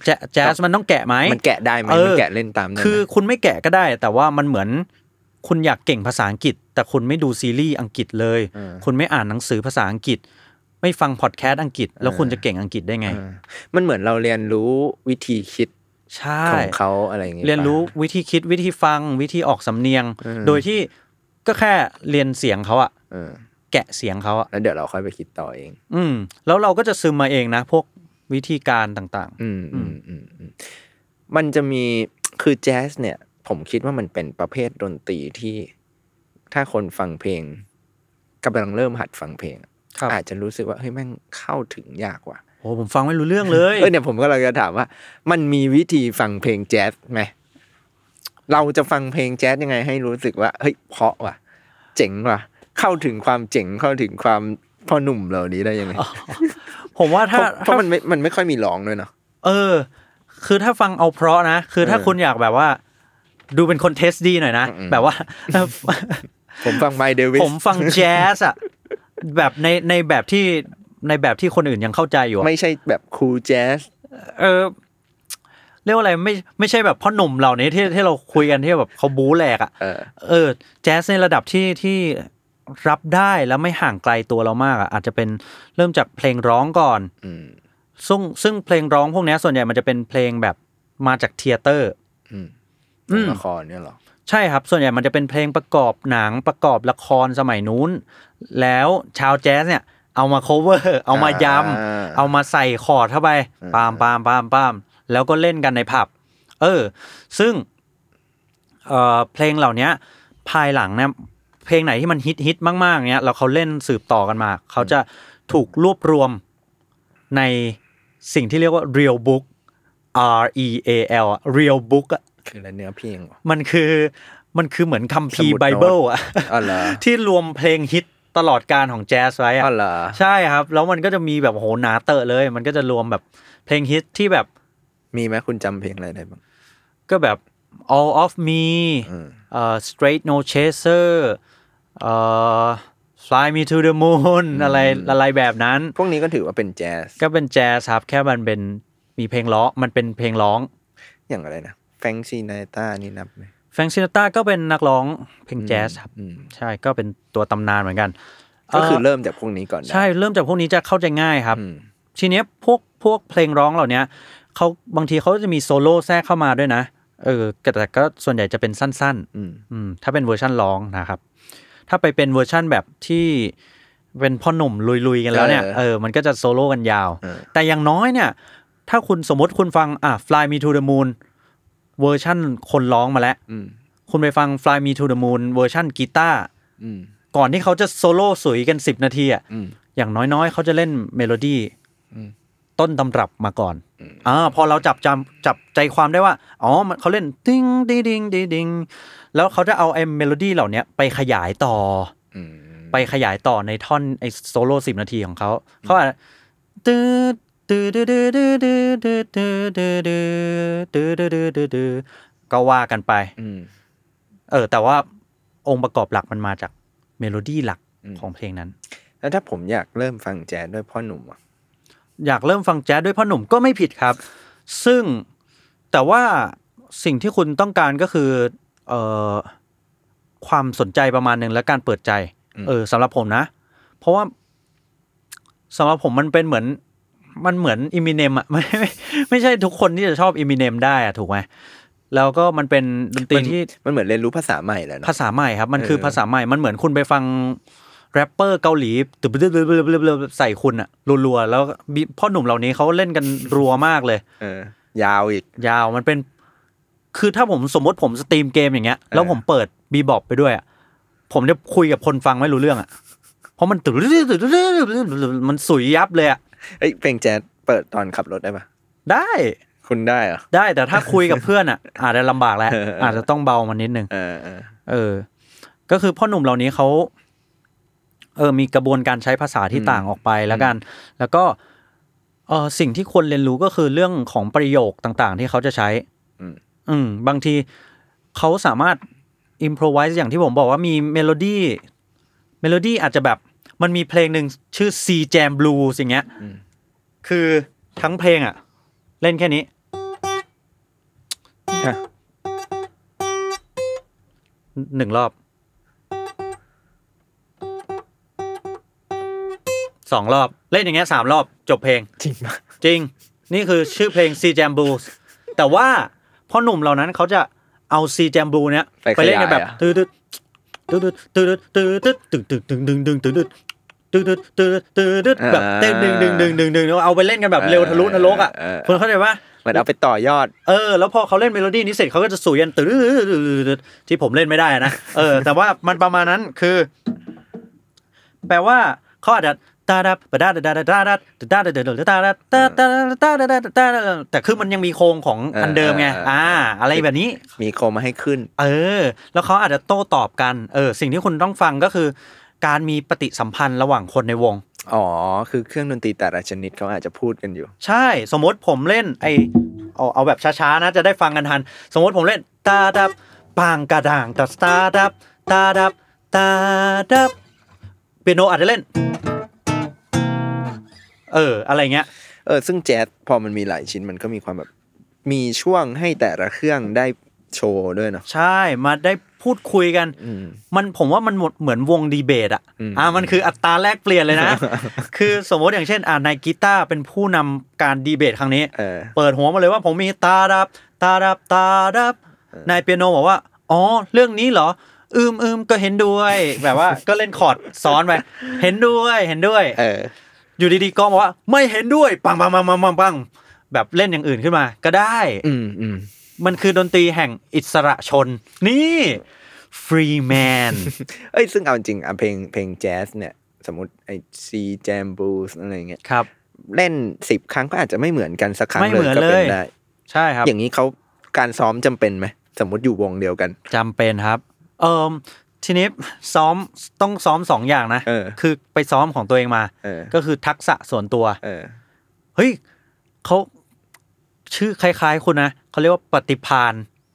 S3: แจแจ๊สมันต้องแกะไหม
S2: มันแกะได้ไหม
S3: เออ
S2: มันแกะเล่นตามได้ไหม
S3: คือคุณไม่แกะก็ได้ แต่ว่ามันเหมือน คุณอยากเก่งภาษาอังกฤษ แต่คุณไม่ดูซีรีส์อังกฤษเลย คุณไม่อ่านหนังสือภาษาอังกฤษ ไม่ฟังพอดแคสต์อังกฤษ แล้วคุณจะเก่งอังกฤษได้ไง
S2: มันเหมือนเราเรียนรู้วิธีคิด
S3: ใช่
S2: ของเขาอะไรอย่างเงี้ย
S3: เรียนรู้วิธีคิดวิธีฟังวิธีออกสำเนียง โดยที่ก็แค่เรียนเสียงเขาอะ
S2: เออ
S3: แกะเสียงเขาอะ
S2: แล้วเดี๋ยวเราค่อยไปคิดต่อเอง
S3: อืม แล้วเราก็จะซึมมาเองนะ พวกวิธีการต่าง
S2: อืมอืมอืมอืมมันจะมีคือแจ๊สเนี่ย ผมคิดว่ามันเป็นประเภทดนตรีที่ ถ้าคนฟังเพลงกำลังเริ่มหัดฟังเพลงอะ
S3: ครับ
S2: อาจจะรู้สึกว่าเฮ้ยแม่งเข้าถึงยากว่ะ
S3: ๆโอ้ผมฟังไม่รู้เรื่องเลย
S2: เออเนี่ยผมก็เลยจะถามว่า มันมีวิธีฟังเพลงแจ๊สไหมเราจะฟังเพลงแจ๊สยังไงให้รู้สึกว่าเฮ้ยเพราะว่ะ เจ๋งว่ะ เข้าถึงความเจ๋งเข้าถึงความพ่อหนุ่มเหล่านี้ได้ยังไง
S3: ผมว่า
S2: เพ
S3: ถ้า
S2: ราะเพราะมันไม่มันไม่ค่อยมีร้องด้วยเนาะ
S3: เออ คือถ้าฟังเอาเพราะนะ คือถ้า
S2: เออ
S3: คุณอยากแบบว่า ดูเป็นคนเทสดีหน่อยนะ แบบว่า
S2: ผมฟังไมเดวิส
S3: ผมฟังแจ๊สอะแบบในในแบบที่ในแบบที่คนอื่นยังเข้าใจอยู่อะ
S2: ไม่ใช่แบบคูลแจ๊ส
S3: เออ เรียกว่าอะไรไม่ไม่ใช่แบบพ่อหนุ่มเหล่านี้ที่ที่เราคุยกันที่แบบเขาบู๊แหลกอะ
S2: เออ
S3: เออ แจ๊สในระดับที่ที่รับได้แล้วไม่ห่างไกลตัวเรามากอะอาจจะเป็นเริ่มจากเพลงร้องก่อน
S2: อืม
S3: ซึ่งซึ่งเพลงร้องพวกเนี้ยส่วนใหญ่มันจะเป็นเพลงแบบมาจากเทยเตอร์
S2: อืม
S3: อืม
S2: ละครเนี่ยเหรอ
S3: ใช่ครับ ส่วนใหญ่มันจะเป็นเพลงประกอบหนังประกอบละครสมัยนู้น แล้วชาวแจ๊สเนี่ยเอามา cover เอามาย้
S2: อ่า
S3: ำเอามาใส่คอร์ดเข้าไปปามปามปามปามแล้วก็เล่นกันในผับ เออ ซึ่งเอ่อเพลงเหล่าเนี้ยภายหลังเนี่ยเพ เพลงไหนที่มันฮิตฮิตมากๆเนี้ยแล้วเขาเล่นสืบต่อกันมา เขาจะถูกรวบรวมในสิ่งที่เรียกว่า real book R E A L อะ real book อะ
S2: คืออะไรเนื้อเพลงเหรอ
S3: มันคือมันคือเหมือนคัมภี
S2: สมุ
S3: ร์
S2: ด
S3: ไบ
S2: โน้ต
S3: เบิลอะ
S2: อ๋อเหรอ
S3: ที่รวมเพลงฮิตตลอดการของแจ๊สไว้อะ
S2: อ๋อเหรอ
S3: ใช่ครับ แล้วมันก็จะมีแบบโหหนาเตอะเลย มันก็จะรวมแบบเพลงฮิตที่แบบ
S2: มีไหมคุณจำเพลงอะไรได้บ้าง
S3: ก็แบบ all of me
S2: อืม
S3: เอ่อ straight no chaser เอ่อ fly me to the moon อะไรอะไรแบบนั้น
S2: พวกนี้ก็ถือว่าเป็นแจ๊ส
S3: ก็เป็นแจ๊สครับแค่มันเป็นมีเพลงร้องมันเป็นเพลงร้อง
S2: อย่างอะไรนะแฟงซีนาต้านี่นับไหม
S3: แฟงซินต้าก็เป็นนักร้องเพลงแจ๊สครับ
S2: อืม
S3: ใช่ก็เป็นตัวตำนานเหมือนกัน
S2: ก็คือ
S3: เอ่อ
S2: เริ่มจากพวกนี้ก่อนนะ
S3: ใช่เริ่มจากพวกนี้จะเข้าใจง่ายครับ
S2: อืม
S3: ทีเนี้ยพวกพวกเพลงร้องเหล่าเนี้ยเขาบางทีเขาจะมีโซโล่แทรกเข้ามาด้วยนะเออแต่ก็ส่วนใหญ่จะเป็นสั้น ๆ
S2: อืม
S3: อืมถ้าเป็นเวอร์ชันร้องนะครับ ถ้าไปเป็นเวอร์ชันแบบที่เป็นพ่อหนุ่มลุยๆกันแล้วเนี่ยเออมันก็จะโซโล่กันยาว
S2: เออ
S3: แต่อย่างน้อยเนี่ย ถ้าคุณสมมติคุณฟังอ่ะ Fly Me to the Moon เวอร์ชันคนร้องมาแล้ว
S2: อืม
S3: คุณไปฟัง Fly Me to the Moon เวอร์ชันกีตาร์
S2: อืม
S3: ก่อนที่เขาจะโซโล่สวยกัน 10 นาทีอ่ะ
S2: อืม
S3: อย่างน้อยๆ เขาจะเล่นเมโลดี้
S2: อืม
S3: ต้นตำรับมาก่อนอ่าพอเราจับจำจับใจความได้ว่า อ๋อมันเขาเล่นติ้งดิดิงดิดิงแล้วเขาจะเอาไอ้เมโลดี้เหล่าเนี้ยไปขยายต่อ
S2: อืม
S3: ไปขยายต่อในท่อนไอ้โซโล่สิบนาทีของเขา เขาอาจจะตื้อตื้อตื้อตื้อตื้อตื้อตื้อตื้อตื้อตื้อตื้อตื้อตื้อตื้อก็ว่ากันไป
S2: อืม
S3: เออ แต่ว่าองค์ประกอบหลักมันมาจากเมโลดี้หลัก
S2: อืม
S3: ของเพลงนั้น
S2: แล้วถ้าผมอยากเริ่มฟังแจ๊สด้วยพ่อหนุ่มอ่ะ
S3: อยากเริ่มฟังแจ๊สด้วยพ่อหนุ่มก็ไม่ผิดครับ ซึ่งแต่ว่าสิ่งที่คุณต้องการก็คือเอ่อความสนใจประมาณหนึ่งและการเปิดใจ เออสำหรับผมนะ เพราะว่าสำหรับผมมันเป็นเหมือนมันเหมือนอิมิเนมอะ ไม่ไม่ไม่ใช่ทุกคนที่จะชอบอิมิเนมได้อะถูกไหมแล้วก็มันเป็นดนตรี
S2: มัน
S3: ที่
S2: มันเหมือนเรียนรู้ภาษาใหม่แล้วเนอะ
S3: ภาษาใหม่ครับ มันคือ
S2: เออ
S3: ภาษาใหม่ มันเหมือนคุณไปฟังแรปเปอร์เกาหลีตึบๆๆๆๆใส่คุณอะรัวๆ แล้วบิพ่อหนุ่มเหล่านี้เขาเล่นกันรัวมากเลย
S2: เออยาวอีก
S3: ยาวมันเป็น คือถ้าผมสมมติผมสตรีมเกมอย่างเงี้ย แล้วผมเปิดบีบอบไปด้วยอะผมจะคุยกับคนฟังไม่รู้เรื่องอะเพราะมันตึบๆๆๆๆมันสุยยับเลยอะ
S2: เอ้ยเพลงแจ๊สเปิดตอนขับรถได้ปะ
S3: ได้
S2: คุณได้เหรอ
S3: ได้แต่ถ้าคุยกับเพื่อนอะอาจจะลำบากแล้ว
S2: เออเออ
S3: อาจจะต้องเบามันนิดนึง
S2: เออเออ
S3: เออ ก็คือพ่อหนุ่มเหล่านี้เขาเออ มีกระบวนการใช้ภาษาที่ต่างออกไปแล้วกัน แล้วก็เออสิ่งที่ควรเรียนรู้ก็คือเรื่องของประโยคต่างๆ ที่เขาจะใช้
S2: อืม
S3: อืม บางทีเขาสามารถอิมพรไวส์อย่างที่ผมบอกว่ามีเมโลดี้ เมโลดี้อาจจะแบบมันมีเพลงหนึ่งชื่อ C Jam Blues อย่างเงี้ย
S2: อืม
S3: คือทั้งเพลงอะเล่นแค่นี้
S2: ฮะ
S3: หนึ่งรอบสองรอบ เล่นอย่างเงี้ยสามรอบจบเพลง
S2: จริงปะ
S3: จริง นี่คือชื่อเพลง C Jam Blues แต่ว่าพ่อหนุ่มเหล่านั้นเขาจะเอา C Jam Blues เนี้ยเล่นกัแบบตืดตืดตืดตืดตืดตืดตึงตึงตึงตึงตึงตึงตึงตืดตืดตืดตืดแบบเต้นดึงดึงดึงดึงดึงเอาไปเล่นกันแบบเร็วทะลุนรกอ่ะคุณเข้าใจปะ
S2: เหมือนเอาไปต่อยอด
S3: เออแล้วพอเขาเล่นเมโลดี้นี้เสร็จเขาก็จะสู่ยันตื้อที่ผมเล่นไม่ได้นะเออ แต่ว่ามันประมาณนั้นคือ แปลว่าเขาอาจจะตาดับปะดาดาดาดาดาดาดาดาดาดาดาดาดาดาดาดาดาดาแต่คือมันยังมีโครงของอันเดิมไงอ่า อะไรแบบนี้
S2: มีโคมมาให้ขึ้น
S3: เออ แล้วเขาอาจจะโต้ตอบกันเออ สิ่งที่คุณต้องฟังก็คือ การมีปฏิสัมพันธ์ระหว่างคนในวง
S2: อ๋อ คือเครื่องดนตรีแต่ละชนิดเขาอาจจะพูดกันอยู่
S3: ใช่สมมติผมเล่นไอเอาเอาแบบช้าๆนะจะได้ฟังกันทัน สมมติผมเล่นตาดับปางกระด่างตัดตาดับตาดับตาดับเปียโนอาจจะเล่น เออ อะไรเงี้ย
S2: เออ ซึ่งแจ๊สพอมันมีหลายชิ้นมันก็มีความแบบ มีช่วงให้แต่ละเครื่องได้โชว์ด้วยเนาะ
S3: ใช่มาได้พูดคุยกัน
S2: อืม
S3: มันผมว่ามันหมดเหมือนวงดีเบตอ่ะ
S2: อืม
S3: มันคืออัตราแลกเปลี่ยนเลยนะ คือสมมติอย่างเช่น อ่านายกีตาร์เป็นผู้นำการดีเบตครั้งนี้
S2: เออ
S3: เปิดหัวมาเลยว่าผมมีตาดับ ตาดับ ตาดับ นายเปียโนบอกว่า อ๋อ เรื่องนี้เหรอ อืมอืมก็เห็นด้วย แบบว่า ก็เล่นคอร์ดซ้อนไป เห็นด้วยเห็นด้วย
S2: เออ
S3: อยู่ดีๆก็บอกว่า ไม่เห็นด้วย ปังปังปังปังปังปังแบบเล่นอย่างอื่นขึ้นมา ก็ได้
S2: อืมอืม
S3: มันคือดนตรีแห่งอิสระชน นี่ ฟรีแมน
S2: เอ้ยซึ่งเอาจริงอ่ะเพลงเพลงแจ๊สเนี่ย สมมติไอซีแจมบูสอะไรเงี้ย
S3: ครับ
S2: เล่นสิบครั้งก็อาจจะไม่เหมือนกันสักครั้ง
S3: ไม่เหมือน
S2: ก็
S3: เลย
S2: เป็นได้
S3: ใช่ครับ
S2: อย่างนี้เขาการซ้อมจำเป็นไหมสมมติอยู่วงเดียวกัน
S3: จำเป็นครับ เอ่มทีนี้ซ้อมต้องซ้อมสองอย่างนะ
S2: เออ
S3: คือไปซ้อมของตัวเองมา
S2: เออ
S3: ก็คือทักษะส่วนตัว
S2: เออ
S3: เฮ้ยเขาชื่อคล้ายๆคุณนะเขาเรียกว่าปฏิพาน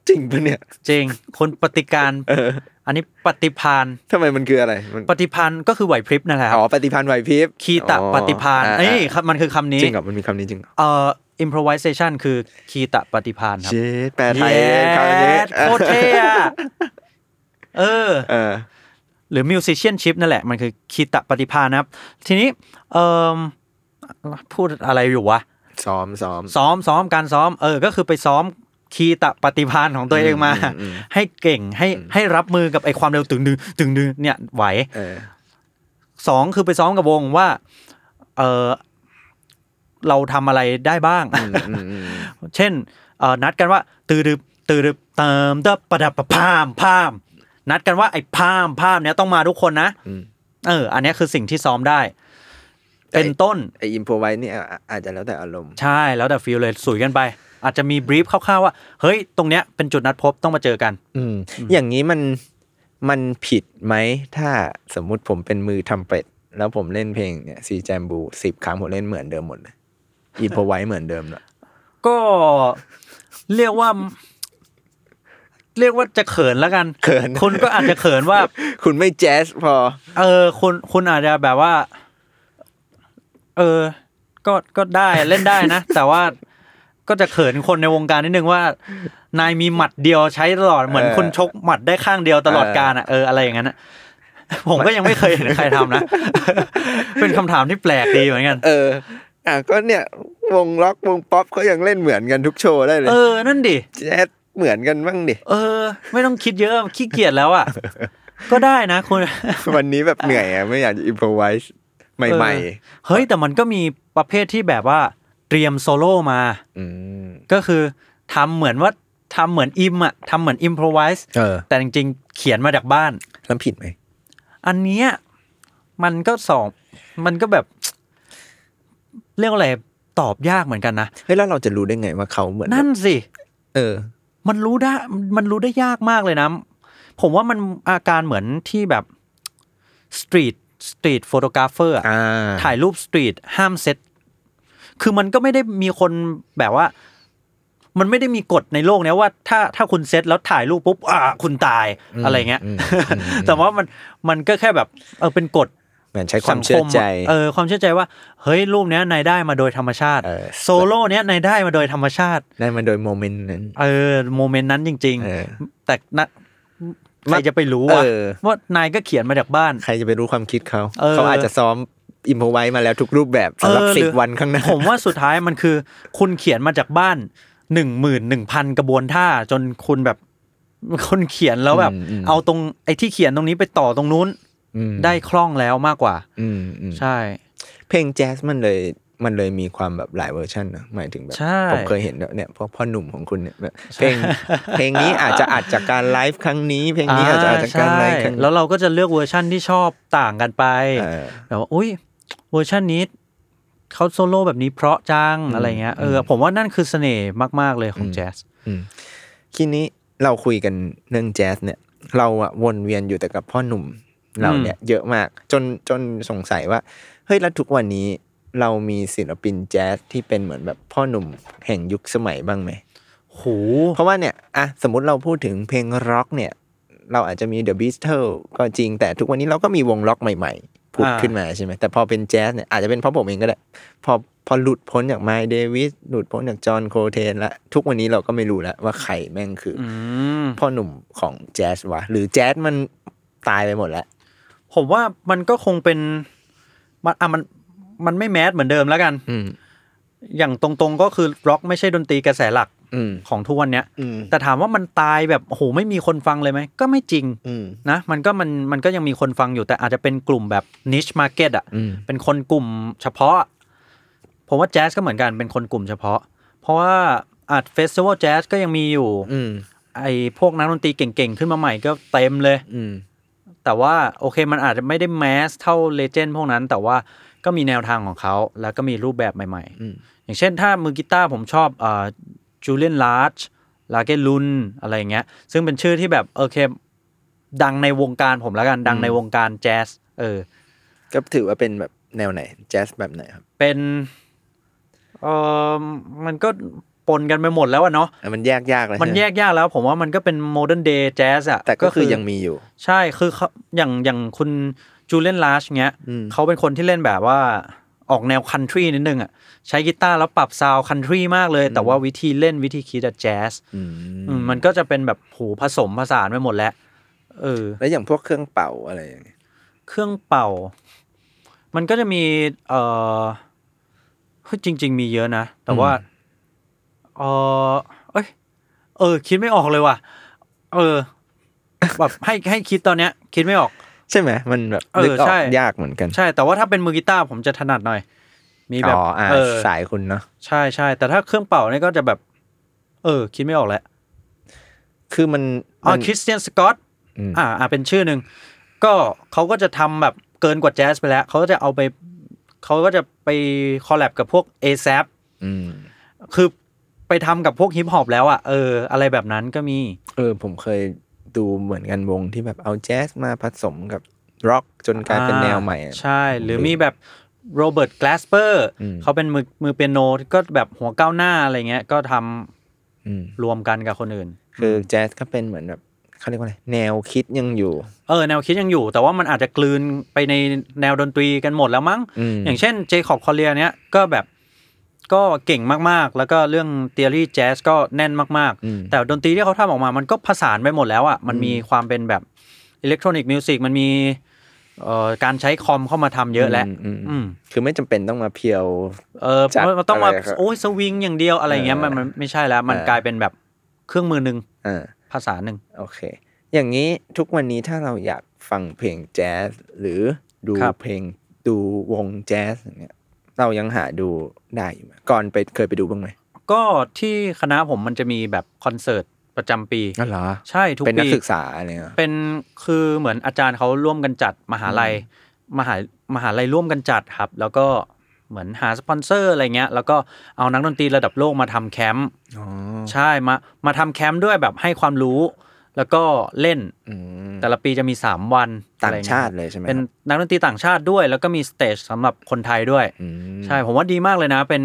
S2: จริงปะเนี่ย
S3: จริง คนปฏิการ
S2: เออ
S3: อันนี้ปฏิพาน
S2: ทำไมมันคืออะไรมัน
S3: ปฏิพานก็คือไหวพริบนั่นแหละครั
S2: อ๋
S3: บ
S2: อปฏิพันธ์ไหวพริบ
S3: คีตะ
S2: อ๋อ
S3: ปฏิพานา เอ้ยครับมันคือคำนี้
S2: จริงเหรอมันมีคำนี้จริงเหรอ
S3: เอ่อ improvisation คือคีตะปฏิพานครับ
S2: เชดแปลไทยเองคำนี้
S3: เย้โคตรเท่ อะเออ
S2: เออ
S3: หรือ musicianship นั่นแหละ มันคือคีตะปฏิภาณนะครับ ทีนี้เอมพูดอะไรอยู่วะ
S2: ซ้อมซ้อม
S3: ซ้อมซ้อมการซ้อมเออ ก็คือไปซ้อมคีตะปฏิภาณของตัวเองมา
S2: อืมอืม
S3: ให้เก่งให้ให้รับมือกับไอความเร็วตึงดึงตึงดึงเนี่ยไหว
S2: เออ
S3: สองคือไปซ้อมกับวงว่าเออเราทำอะไรได้บ้าง
S2: อืมอืม
S3: เช่นเอ่อนัดกันว่า ตือรึบตือรึบเติมเดบประดับประพามพาม นัดกันว่าไอ้พามพามเนี้ยต้องมาทุกคนนะ
S2: อืม
S3: เออ อันเนี้ยคือสิ่งที่ซ้อมได้ เป็นต้น
S2: ไออินโพไว้เนี่ยอ่ะอาจจะแล้วแต่อารมณ์
S3: ใช่แล้วแต่ฟิลเลยสุยกันไป อาจจะมีบรีฟคร่าวๆว่า เฮ้ย ตรงเนี้ยเป็นจุดนัดพบต้องมาเจอกัน
S2: อืม อย่างนี้มันมันผิดไหม ถ้าสมมุติผมเป็นมือทำเป็ด แล้วผมเล่นเพลงเนี่ยซีแจมบูสิบครั้งผมเล่นเหมือนเดิมหมดเลยอินโพไว้เหมือนเดิมเลย
S3: ก็เรียกว่า เรียกว่าจะเขินแล้วกัน
S2: เขิน
S3: คุณก็อาจจะเขินว่า
S2: คุณไม่แจ๊สพอ
S3: เออคุณคุณอาจจะแบบว่า เออ ก็ก็ได้เล่นได้นะ แต่ว่าก็จะเขินคนในวงการนิดนึงว่า นายมีหมัดเดียวใช้ตลอดเหมือน
S2: เออ
S3: คุณชกหมัดได้ข้างเดียวตลอด
S2: เออ
S3: การอ่ะเอออะไรอย่างนั้นอะผมก็ยังไม่เคยเห็นใคร ทำนะ เป็นคำถามที่แปลกดีเหมือนกัน
S2: เออ อ่ะก็เนี่ยวงล็อกวงป๊อปเขายังเล่นเหมือนกันทุกโชว์ได้เลย
S3: เออ นั่นดิ
S2: แจ๊สเหมือนกันบ้างดิ
S3: เออ ไม่ต้องคิดเยอะขี้เกียจแล้วอ่ะ ก็ได้นะคุณ
S2: วันนี้แบบเหนื่อยอ่ะไม่อยากจะอินโพไว้ใหม่
S3: เออ เฮ้ย แต่มันก็มีประเภทที่แบบว่า เตรียมโซโล่มา
S2: ๆ อืม
S3: ก็คือทำเหมือนว่าทำเหมือนอิมอะทำเหมือนอิมพรไวส์
S2: เออ
S3: แต่จริงๆ เขียนมาจากบ้าน
S2: แล้วผิดไหม
S3: อันเนี้ยมันก็สองมันก็แบบ เรียกว่าอะไรตอบยากเหมือนกันนะ
S2: เฮ้ยแล้วเราจะรู้ได้ไงว่าเขาเหมือน
S3: นั่นสิ
S2: เออ
S3: มันรู้ได้มันรู้ได้ยากมากเลยนะ ผมว่ามันอาการเหมือนที่แบบสตรีทสตรีทโฟโตกราฟเฟอร์
S2: อ่า
S3: ถ่ายรูปสตรีทห้ามเซ็ตคือมันก็ไม่ได้มีคนแบบว่า มันไม่ได้มีกฎในโลกเนี้ยว่า ถ้าถ้าคุณเซ็ตแล้วถ่ายรูปปุ๊บอ่า คุณตายอะไรเงี้ย แต่ว่ามันมันก็แค่แบบเออเป็นกฎ
S2: เหมือนใช้ควา
S3: สั
S2: ม
S3: ง
S2: เชื่อ
S3: ม
S2: ใจ
S3: เออความเชื่อใจว่า เฮ้ยรูปเนี้ยนายได้มาโดยธรรมชาติ
S2: เออ
S3: โซโล่เนี้ยนายได้มาโดยธรรมชาติ
S2: ได้มาโดยโมเมนต์นั้น
S3: เออโมเมนต์นั้นจริง
S2: เออ
S3: ๆ แต่นะใครจะไปรู้วะ
S2: เออ
S3: ว่านายก็เขียนมาจากบ้าน
S2: ใครจะไปรู้ความคิดเขา
S3: เออ
S2: เขาอาจจะซ้อมอิมพอไว้มาแล้วทุกรูปแบบสำหรับ
S3: เออ
S2: สิบ
S3: รือ
S2: วันข้างหน้า
S3: ผมว่าสุดท้ายมันคือ คุณเขียนมาจากบ้านหนึ่งหมื่นหนึ่งพันกระบวนท่า จนคุณแบบ คนเขียนแล้วแบบ
S2: อืมอืม
S3: เอาตรงไอ้ที่เขียนตรงนี้ไปต่อตรงนู้น
S2: อืม
S3: ได้คล่องแล้วมากกว่า
S2: อืมอืม
S3: ใช่
S2: เพลงแจ๊สมันเลยมันเลยมีความแบบหลายเวอร์ชันนะหมายถึงแบบ
S3: ใช่
S2: ผมเคยเห็นเนี่ยพวกพ่อหนุ่มของคุณเนี่ยแบบเพลงเพลงนี้อาจจะอัดจากการไลฟ์ครั้งนี้ เพลงนี้อาจจะอัดจากการไล
S3: ใช่
S2: ฟ์ครั้งนี้
S3: แล้วเราก็จะเลือกเวอร์ชั่นที่ชอบต่างกันไป
S2: เออ
S3: แบบว่าอุ้ยเวอร์ชันนี้เขาโซโล่แบบนี้เพราะจังอะไรเงี้ยเอออผมว่านั่นคือเสน่ห์มาก ๆ เลยของแจ๊ส
S2: ทีนี้เราคุยกันเรื่องแจ๊สเนี่ย เราอะวนเวียนอยู่แต่กับพ่อหนุ่มเราเนี่ยเยอะมากจนจนสงสัยว่าเฮ้ยแล้วทุกวันนี้เรามีศิลปินแจ๊สที่เป็นเหมือนแบบพ่อหนุ่มแห่งยุคสมัยบ้างไหม
S3: โห
S2: เพราะว่าเนี่ยอะสมมติเราพูดถึงเพลงร็อกเนี่ย เราอาจจะมี The Beatles ก็จริงแต่ทุกวันนี้เราก็มีวงร็อกใหม่ๆผุด
S3: อ่า
S2: ขึ้นมาใช่ไหมแต่พอเป็นแจ๊สเนี่ยอาจจะเป็นเพราะผมเองก็ได้พอพอหลุดพ้นจากไมเดวิสหลุดพ้นจากจอห์นโคเทนละทุกวันนี้เราก็ไม่รู้แล้วว่าใครแม่งคืออ
S3: อืม
S2: พ่อหนุ่มของแจ๊สวะ หรือแจ๊สมันตายไปหมดแล้ว
S3: ผมว่ามันก็คงเป็นมันอ่ะมันมันไม่แมสเหมือนเดิมแล้วกัน
S2: อืม
S3: อย่างตรงๆก็คือร็อกไม่ใช่ดนตรีกระแสหลัก
S2: อืม
S3: ของทุกวันเนี้ย
S2: อืม
S3: แต่ถามว่ามันตายแบบโอ้โหไม่มีคนฟังเลยไหม ก็ไม่จริง
S2: อืม
S3: นะมันก็มันมันก็ยังมีคนฟังอยู่แต่อาจจะเป็นกลุ่มแบบนิชมาร์เก็ตอ่ะ
S2: อืม
S3: เป็นคนกลุ่มเฉพาะ ผมว่าแจ๊สก็เหมือนกันเป็นคนกลุ่มเฉพาะ เพราะว่าอาจเฟสติวัลแจ๊สก็ยังมีอยู่
S2: อืม
S3: ไ ไอ้พวกนักดนตรีเก่งๆ ขึ้นมาใหม่ก็เต็มเลย
S2: อืม
S3: แต่ว่าโอเคมันอาจจะไม่ได้แมสเท่าเลเจนด์พวกนั้น แต่ว่าก็มีแนวทางของเขา แล้วก็มีรูปแบบใหม่
S2: อืม
S3: ๆ อย่างเช่นถ้ามือกีตาร์ผมชอบจูเลียนลาร์จลาเกลุนอะไรอย่างเงี้ย ซึ่งเป็นชื่อที่แบบโอเค ดังในวงการผมแล้วกัน ดังในวงการแจ๊สเออ
S2: ก็ถือว่าเป็นแบบแนวไหน แจ๊สแบบไหนครับ
S3: เป็นเออมันก็ปนกันไปหมดแล้วอะเนาะ
S2: อ่ะมันแยกยากเลย
S3: มันแยกยากแล้ว ผมว่ามันก็เป็นโมเดิร์นเดย์แจ๊สอะ
S2: แต่ก็คือยังมีอยู่
S3: ใช่คือเขาอย่างอย่างคุณจูเลียนลาชเงี้ย
S2: อืม
S3: เขาเป็นคนที่เล่นแบบว่าออกแนวคันทรีนิดนึงอะใช้กีตาร์แล้วปรับซาวคันทรีมากเลย แต่ว่าวิธีเล่นวิธีคิดอะแจ๊ส
S2: อื
S3: อืมมันก็จะเป็นแบบผูผสมผสานไปหมดแล้วเออ
S2: แล้วอย่างพวกเครื่องเป่าอะไรอย่างเงี้ย
S3: เครื่องเป่า มันก็จะมี เออเฮ้ยจริง ๆ มีเยอะนะ แต่ว่า เออเอ้ย เออ คิดไม่ออกเลยว่ะ เออ แบบให้ให้คิดตอนเนี้ย คิดไม่ออก
S2: ใช่ไหมมันแบบ
S3: เออ
S2: นึกออ
S3: ใช่
S2: กยากเหมือนกัน
S3: ใช่ แต่ว่าถ้าเป็นมือกีตาร์ผมจะถนัดหน่อย มีแบบ
S2: อ๋ออ่ะ
S3: เออ
S2: สายคุณเนาะ
S3: ใช่ใช่ แต่ถ้าเครื่องเป่าเนี่ยก็จะแบบ เออ คิดไม่ออกแล้ว
S2: คือมัน
S3: อ๋อ
S2: มัน
S3: คริสเตียนสกอต
S2: อืม
S3: อ่าอ่าเป็นชื่อหนึ่งก็เขาก็จะทำแบบเกินกว่าแจ๊สไปแล้ว เขาก็จะเอาไปเขาก็จะไปคอลแลบกับพวก a s a p
S2: อืม
S3: คือไปทำกับพวกฮิปฮอปแล้วอ่ะเออ อะไรแบบนั้นก็มี
S2: เออผมเคยดูเหมือนกันวงที่แบบเอาแจ๊สมาผสมกับร็อกจนกลายเป็นแนวใหม่อะ
S3: ใช่ หรือมีแบบโรเบิร์ต l a ลสเปอร์
S2: อืม
S3: เขาเป็นมือมือเปียโนก็แบบหัวก้าวหน้าอะไรเงี้ย ก็ทำ
S2: อืม
S3: รวมกันกับคนอื่น
S2: คือแจ๊สก็เป็นเหมือนแบบเขาเรียกว่าอะไรแนวคิดยังอยู่
S3: เออ แนวคิดยังอยู่ แต่ว่ามันอาจจะกลืนไปในแนวดนตรีกันหมดแล้วมั้ง
S2: อืม
S3: อย่างเช่นเจคอบคอเลียเนี้ยก็แบบก็เก่งมากๆ แล้วก็เรื่องเท o รี่แจ๊สก็แน่นมาก
S2: อืม
S3: ๆ แต่ดนตรีที่เขาทำออกมามันก็ผสานไปหมดแล้วอ่ะมันมีความเป็นแบบอิเล็กทรอนิกส์มิวสิกมันมีเอ่อการใช้คอมเข้ามาทำเยอะแล้ว
S2: มอืม
S3: อืม
S2: คือไม่จำเป็นต้องมาเพียว
S3: เออ
S2: จัด
S3: มันมันต้องมา
S2: อะไรครับ
S3: โอ้ยสวิงอย่างเดียวอะไรอย่างเงี้ยมันมันไม่ใช่แล้ว มัน
S2: เออ
S3: กลายเป็นแบบเครื่องมือหนึ่ง
S2: อ่า
S3: ภาษาหนึ่ง
S2: โอเค อย่างนี้ทุกวันนี้ถ้าเราอยากฟังเพลงแจ๊สหรือดู
S3: ครับ
S2: เพลงดูวงแจ๊สอย่างเงี้ยเรายังหาดูได้อยู่ไหมก่อนไปเคยไปดูบ้างไหม
S3: ก็ที่คณะผมมันจะมีแบบคอนเสิร์ตประจำปี
S2: อ๋อเหรอ
S3: ใช่ทุก
S2: เป็นนัก
S3: ปี
S2: ศึกษาอะไรเนี่ย
S3: เป็นคือเหมือนอาจารย์เขาร่วมกันจัดมหาลัยมหามหาลัยร่วมกันจัดครับ แล้วก็เหมือนหาสปอนเซอร์อะไรเงี้ย แล้วก็เอานักดนตรีระดับโลกมาทำแคมป์
S2: อ๋อ
S3: ใช่มามาทำแคมป์ด้วยแบบให้ความรู้ แล้วก็เล่น
S2: อืม
S3: แต่ละปีจะมี 3 วัน
S2: ต่างชาติ
S3: อะไร
S2: เลยใช่ไหม
S3: เงี้ย
S2: ค
S3: เป็
S2: รับ
S3: นนักดนตรีต่างชาติด้วย แล้วก็มีสเตจสำหรับคนไทยด้วย
S2: อืม
S3: ใช่ผมว่าดีมากเลยนะ เป็น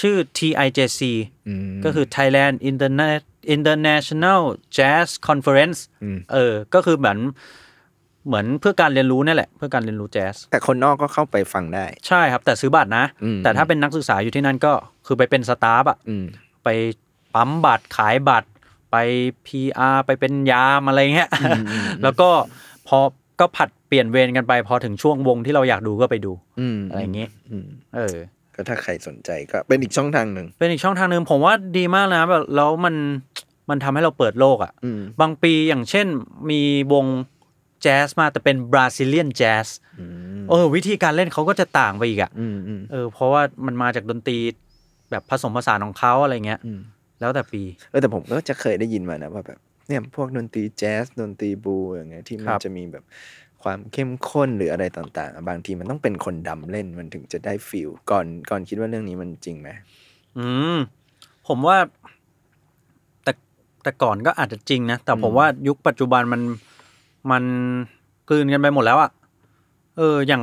S3: ชื่อ TIJC
S2: อืม
S3: ก็คือ Thailand Internet International Jazz Conference
S2: อืม
S3: เออ ก็คือเหมือนเหมือนเพื่อการเรียนรู้เนี่ยแหละ เพื่อการเรียนรู้แจ๊ส
S2: แต่คนนอกก็เข้าไปฟังได้
S3: ใช่ครับ แต่ซื้อบัตรนะ
S2: อืม
S3: แต่ถ้าเป็นนักศึกษาอยู่ที่นั่นก็คือไปเป็นสตาฟอะ
S2: อืม
S3: ไปปั๊มบัตรขายบัตร ไป PR ไปเป็นยามอะไรเงี้ย แล้วก็พอก็ผัดเปลี่ยนเวรกันไป พอถึงช่วงวงที่เราอยากดูก็ไปดู
S2: อืม
S3: อะไรอย่างงี้
S2: อืม
S3: เออ
S2: ก็ถ้าใครสนใจก็เป็นอีกช่องทางหนึ่ง
S3: เป็นอีกช่องทางหนึ่งผมว่าดีมากนะแบบแล้วมันมันทำให้เราเปิดโลกอะ่ะ
S2: อืม
S3: บางปีอย่างเช่นมีวงแจ๊สมาแต่เป็นบราซิเลียนแจ๊สเออ วิธีการเล่นเขาก็จะต่างไปอีกอะ่ะ
S2: อืมอืม
S3: เออเพราะว่ามันมาจากดนตรีแบบผสมผสานของเขาอะไรเงี้ย
S2: อืม
S3: แล้วแต่ปี
S2: เออแต่ผมก็จะเคยได้ยินมานะว่าแบบเนี่ยพวกดนตรีแจ๊สดนตรีบลูอย่างเงี้ยที่มั
S3: คน รับ
S2: จะมีแบบความเข้มข้นหรืออะไรต่างๆอ่ะบางทีมันต้องเป็นคนดำเล่นมันถึงจะได้ฟิลก่อนก่อนคิดว่าเรื่องนี้มันจริงไหม
S3: อืมผมว่าแต่แต่ก่อนก็อาจจะจริงนะ แต่ผมว่ายุคปัจจุบันมันมันกลืนกันไปหมดแล้วอะ่ะเอออย่าง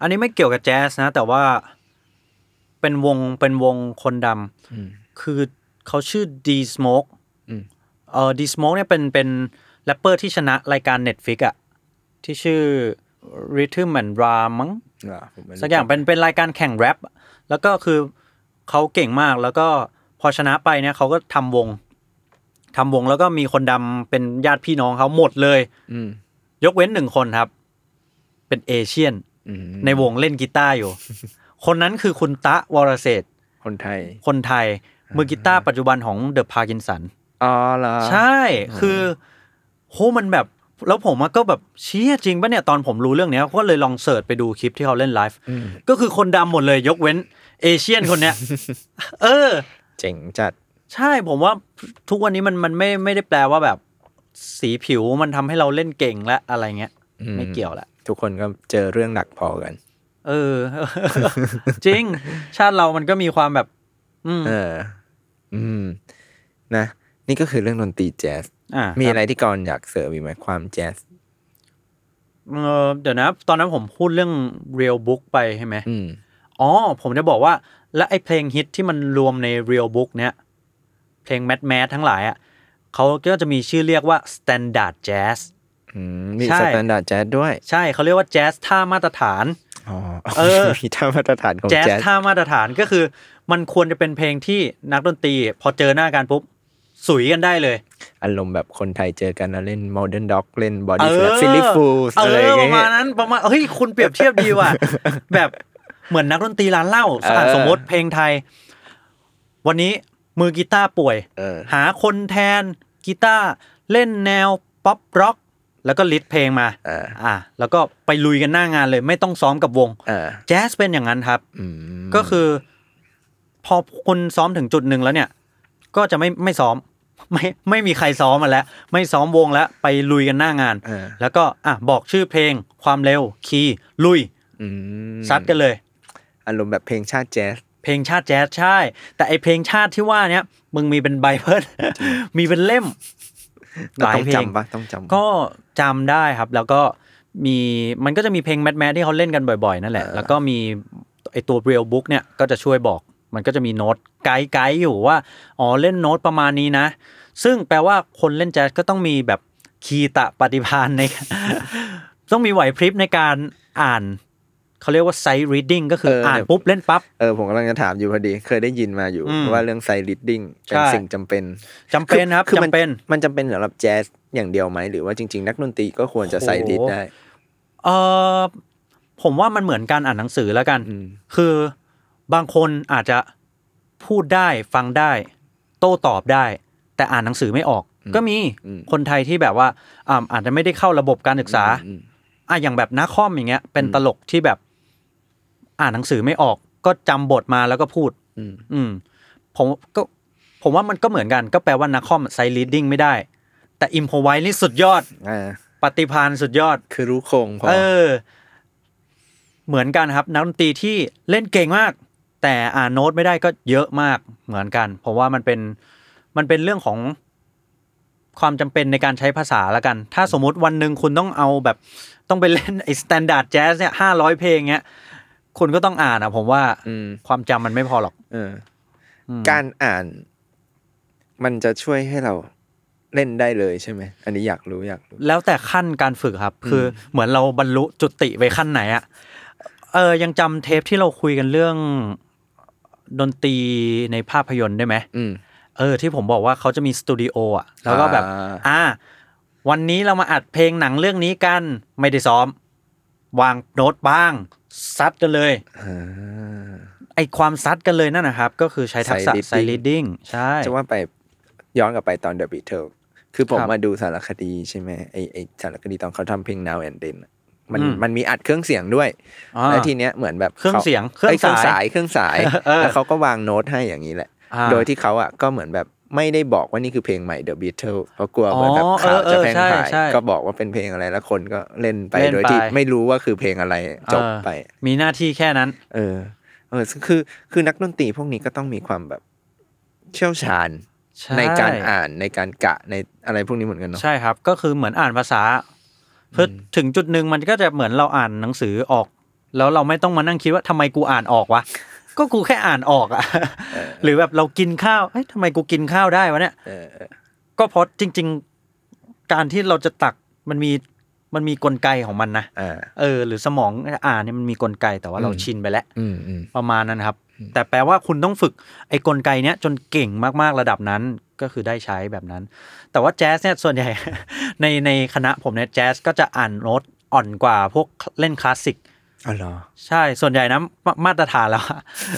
S3: อันนี้ไม่เกี่ยวกับแจ๊สนะ แต่ว่าเป็นวงเป็นวงคนด
S2: อืม
S3: ำคือเขาชื่อ D Smoke
S2: อืม
S3: เออ D Smoke เนี่ยเป็นเป็นแรปเปอร์ที่ชนะรายการ Netflix อะ่ะที่ชื่อ Rhythm and Rhyme มั้ง
S2: เหรอผมไม่รู้
S3: สักอย่างเป็นเป็นรายการแข่งแรปแล้วก็คือเขาเก่งมากแล้วก็พอชนะไปเนี่ยเขาก็ทำวงทำวงแล้วก็มีคนดำเป็นญาติพี่น้องเขาหมดเลย
S2: อืม
S3: ยกเว้นหนึ่งคนครับ เป็นเอเชียน
S2: อืม
S3: ในวงเล่นกีตาร์ อยู่ คนนั้นคือคุณตะวรเศรษฐ์
S2: คนไทย
S3: คนไทย มือกีตาร์ปัจจุบันของเดอะพา k i ินสัน
S2: อ๋อเหรอ
S3: ใช่ คือโหมันแบบ แล้วผมอะก็แบบเชี่ยจริงปะเนี่ย ตอนผมรู้เรื่องเนี้ยก็เลยลองเสิร์ชไปดูคลิปที่เขาเล่นไลฟ์ ก็คือคนดำหมดเลยยกเว้นเอเชียนคนเนี้ย เออ
S2: เจ๋งจัด
S3: ใช่ผมว่าทุกวันนี้มันมันไม่ไม่ได้แปลว่าแบบ สีผิวมันทำให้เราเล่นเก่งและอะไรเงี้ย
S2: อืม
S3: ไม่เกี่ยวละ
S2: ทุกคนก็เจอเรื่องหนักพอกัน
S3: เออ จริง ชาติเรามันก็มีความแบบ อืม
S2: เออ อืม นะ นี่ก็คือเรื่องดนตรีแจ๊ส
S3: อ่า
S2: มี
S3: มี
S2: อะไรที่กรณ์อยากเสริมอีกไหมความแจ๊ส
S3: เออเดี๋ยวนะ ตอนนั้นผมพูดเรื่อง real book ไปใช่ไหม
S2: อืม
S3: อ๋อ ผมจะบอกว่า และไอเพลงฮิตที่มันรวมใน real book เนี้ยเพลงแม d แม d ทั้งหลายอ่ะเขาก็จะมีชื่อเรียกว่า standard jazz
S2: อืม มี
S3: ใช่
S2: สแตนดาร์ดแจ๊สด้วย
S3: ใช่เขาเรียกว่าแจ๊สท่ามาตรฐาน
S2: อ๋อ
S3: เออ
S2: มีท่ามาตรฐานของ
S3: แจ๊ส
S2: แจ๊ส
S3: ท่ามาตรฐานก็คือ มันควรจะเป็นเพลงที่นักดนตรี พอเจอหน้ากันปุ๊บสุยกันได้เลย
S2: อารมณ์แบบคนไทยเจอกันแล้วเล่น Modern Dog เล่น
S3: เอ
S2: Body
S3: อ
S2: Slap Silly Fools
S3: เอ
S2: อะไรอ
S3: อย่างป
S2: เงี้
S3: ระมาณ
S2: ย
S3: นั้นประมาณเฮ้ยคุณเปรียบเทียบดีว่ะ แบบเหมือนนักดนตรีร้านเหล้า
S2: เออ
S3: สมมติเพลงไทย วันนี้มือกีตาร์ป่วย
S2: เออ
S3: หาคนแทนกีตาร์เล่นแนวป๊อปร็อก แล้วก็ลิสต์เพลงมา
S2: เออ
S3: อ่ะแล้วก็ไปลุยกันหน้างานเลยไม่ต้องซ้อมกับวง
S2: เออ
S3: แจ๊สเป็นอย่างนั้นครับ
S2: อืม
S3: ก็คือ พอคุณซ้อมถึงจุดหนึ่งแล้วเนี่ย ก็จะไม่ไม่ซ้อม ไม่ไม่มีใครซ้อมมาแล้ว ไม่ซ้อมวงแล้วไปลุยกันหน้างาน
S2: เออ
S3: แล้วก็อ่ะบอกชื่อเพลง ความเร็ว คีย์ลุย
S2: อืม
S3: ซัดกันเลย
S2: อารมณ์แบบเพลงชาติแจ๊ส
S3: เพลงชาติแจ๊สใช่ แต่ไอเพลงชาติที่ว่าเนี้ยมึงมีเป็นไบเบิล มีเป็นเล่มหลาย
S2: ต้อง
S3: เพลง
S2: จำปะต้องจำ
S3: ก็จำได้ครับ แล้วก็มีมันก็จะมีเพลงแมทแมทที่เขาเล่นกันบ่อยๆ นั่นแหละ
S2: เออ
S3: แล้วก็มีไอตัวเรียลบุ๊กเนี่ยก็จะช่วยบอกมันก็จะมีโน้ตไกด์ไกด์อยู่ว่า อ๋อเล่นโน้ตประมาณนี้นะ ซึ่งแปลว่าคนเล่นแจ๊สก็ต้องมีแบบคีตะปฏิภาณใน ต้องมีไหวพริบในการอ่าน เขาเรียกว่าไซรีดดิ้งก็คือ
S2: เอออ่
S3: อ่านปุ๊บเล่นปั๊บ
S2: เออผมกำลังจะถามอยู่พอดี เคยได้ยินมาอยู่
S3: อืม
S2: ว่าเรื่องไซริดดิ้งเป็
S3: ใช่
S2: นสิ่งจำเป็น
S3: จำเป็นครับ
S2: อ
S3: จำ
S2: มัน
S3: เป็น
S2: มันจำเป็นสำหรับแจ๊สอย่างเดียวไหมหรือว่าจริง ๆ นักดนตรีก็ควรจะไซริด
S3: โอ้โห
S2: ได้
S3: เออผมว่ามันเหมือนการอ่านหนังสือแล้วกัน
S2: อืม
S3: คือบางคนอาจจะพูดได้ฟังได้ โต้ตอบได้ แต่อ่านหนังสือไม่ออก ก็มี
S2: อืม
S3: คนไทยที่แบบว่าอ่าอาจจะไม่ได้เข้าระบบการศึกษา
S2: อืม
S3: อ่ะอย่างแบบนาคอมอย่างเงี้ย เป็นตลกที่แบบอ่านหนังสือไม่ออก ก็จำบทมาแล้วก็พูด
S2: อืม
S3: อืมผมก็ผมว่ามันก็เหมือนกันก็แปลว่านาคอมไซรีดดิ้งไม่ได้ แต่อิมพอไว้นี่สุดยอด
S2: อ่า
S3: ปฏิพานสุดยอด
S2: คือรู้โครงพอ
S3: เออ เหมือนกันครับ นักดนตรีที่เล่นเก่งมาก แต่อ่านโน้ตไม่ได้ก็เยอะมากเหมือนกัน เพราะว่ามันเป็นมันเป็นเรื่องของความจำเป็นในการใช้ภาษาละกัน ถ้าสมมุติวันหนึ่งคุณต้องเอาแบบ ต้องไปเล่น ไอ้สแตนดาร์ดแจ๊สเนี่ยห้าร้อยเพลงเงี้ยคุณก็ต้องอ่านอะผมว่า
S2: อ
S3: ความจำมันไม่พอหรอก
S2: เอออ
S3: ม
S2: การอ่านมันจะช่วยให้เราเล่นได้เลยใช่ไหม อันนี้อยากรู้อยากรู้
S3: แล้วแต่ขั้นการฝึกครับ คือเหมือนเราบรรลุจุติไปขั้นไหนอะเออยังจำเทปที่เราคุยกันเรื่องดนตรีในภาพยนตร์ได้ไหม
S2: อืม
S3: เออที่ผมบอกว่าเขาจะมีสตูดิโออ่ะแล้วก็แบบ
S2: อ่า
S3: อ่าวันนี้เรามาอัดเพลงหนังเรื่องนี้กันไม่ได้ซ้อม วางโน้ตบ้าง ซัดกันเลย
S2: อ่า
S3: ไอความซัดกันเลยนั่นนะครับ ก็คือใช้ทักษะ
S2: Side reading
S3: ไซรีดดิ้งใช่
S2: จะว่าไปย้อนกลับไปตอน The Beatles คือผม
S3: ครับ
S2: มาดูสารคดีใช่ไหมไอไอสารคดีตอนเขาทำเพลง Now and Then อะมัน
S3: อืม
S2: มันมีอัดเครื่องเสียงด้วย
S3: อ่า
S2: แล้วทีเนี้ยเหมือนแบบ
S3: เครื่อง
S2: ขา
S3: เสียงเค
S2: เค
S3: รื่
S2: รื่
S3: อ
S2: อง งสายเครื่องสาย
S3: เออ
S2: แล้วเขาก็วางโน้ตให้อย่างนี้แหละ
S3: อ่า
S2: โดยที่เขาอ่ะก็เหมือนแบบไม่ได้บอกว่านี่คือเพลงใหม่ The Beatles เพราะกลัวเหมือนแบบ
S3: อ๋อ
S2: ข่าว
S3: เออ
S2: จะแพร่ง
S3: เออใช่
S2: ขาย
S3: ใช่
S2: ก็บอกว่าเป็นเพลงอะไรแล้วคนก็เล่นไป
S3: เล่นไป
S2: โดยที่ไม่รู้ว่าคือเพลงอะไรจบ
S3: เออ
S2: ไป
S3: มีหน้าที่แค่นั้น
S2: เออ เออคือคือนักดนตรีพวกนี้ก็ต้องมีความแบบเชี่ยวชาญ
S3: ช่
S2: ในการอ่านในการกะในอะไรพวกนี้เหมือนกันเนาะ
S3: ใช่ครับ ก็คือเหมือนอ่านภาษาเพื่อถึงจุดหนึ่งมันก็จะเหมือนเราอ่านหนังสือออก แล้วเราไม่ต้องมานั่งคิดว่าทำไมกูอ่านออกวะ ก็กูแค่อ่านออกอะ หรือแบบเรากินข้าวเอ้ยทำไมกูกินข้าวได้วะเนี่ย
S2: เออเออ
S3: ก็เพราะจริง ๆ การที่เราจะตักมันมีมันมีกลไกของมันนะ
S2: อ่า
S3: เออ หรือสมองอ่านเนี่ยมันมีกลไกแต่ว่าเรา
S2: อืม
S3: ชินไปแล้ว
S2: อืมอืม
S3: ประมาณนั้นครับ แต่แปลว่าคุณต้องฝึกไอ้กลไกเนี้ยจนเก่งมากๆระดับนั้นก็คือได้ใช้แบบนั้น แต่ว่าแจ๊สเนี่ยส่วน ใหญ่ ในในคณะผมเนี่ยแจ๊สก็จะอ่านโน้ตอ่อนกว่าพวกเล่นคลาสสิก
S2: อ๋อเหรอ
S3: ใช่ ส่วนใหญ่นะมามาตรฐานแล้ว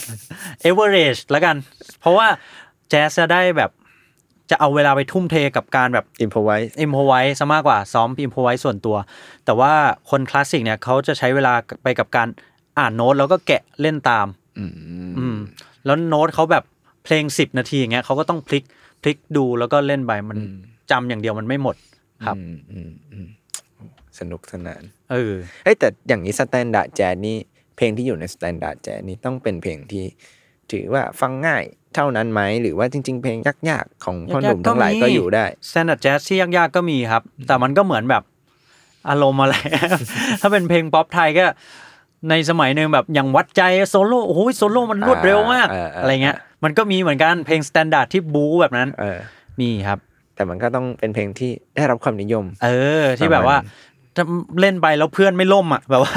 S3: เอเวอเรจแล้วกัน เพราะว่าแจ๊สจะได้แบบจะเอาเวลาไปทุ่มเทกับการแบบ
S2: อินพอไวส์
S3: อิมพอไว้ซะมากกว่าซ้อมอิมพอไว้ส่วนตัว แต่ว่าคนคลาสสิกเนี่ยเขาจะใช้เวลาไปกับการอ่านโน้ตแล้วก็แกะเล่นตาม
S2: อืม
S3: อืมแล้วโน้ตเขาแบบ เพลงสิบนาทีอย่างเงี้ยเขาก็ต้องพลิกพลิกดูแล้วก็เล่นไปมันจำอย่างเดียวมันไม่หมด ครับ
S2: อืมอืมอืมสนุกสนาน
S3: เออ
S2: เอ้ยแต่อย่างนี้สแตนดาร์ดแจ๊นี่เพลงที่อยู่ในสแตนดาร์ดแจ๊นี่ต้องเป็นเพลงที่ ถือว่าฟังง่ายเท่านั้นไหมหรือว่าจริง ๆ เพลงยากๆของพ่อหนุ่มทั้งหลายก็อยู่ได้
S3: แซนด์แจ๊สที่ยากๆก็มีครับ แต่มันก็เหมือนแบบอารมณ์อะไร ถ้าเป็นเพลงป๊อปไทยก็ ในสมัยหนึ่งแบบอย่างวัดใจโซโล่โอ้โหโซโล่มันรวดเร็วมาก
S2: อ่าอ่าอ่า
S3: อะไรเงี้ย มันก็มีเหมือนกันเพลงสแตนดาร์ดที่บู๊แบบนั้น
S2: เออ
S3: มีครับ
S2: แต่มันก็ต้องเป็นเพลงที่ได้รับความนิยม
S3: เออ ที่แบบว่าถ้าเล่นไปแล้วเพื่อนไม่ล่มอ่ะ แบบว่า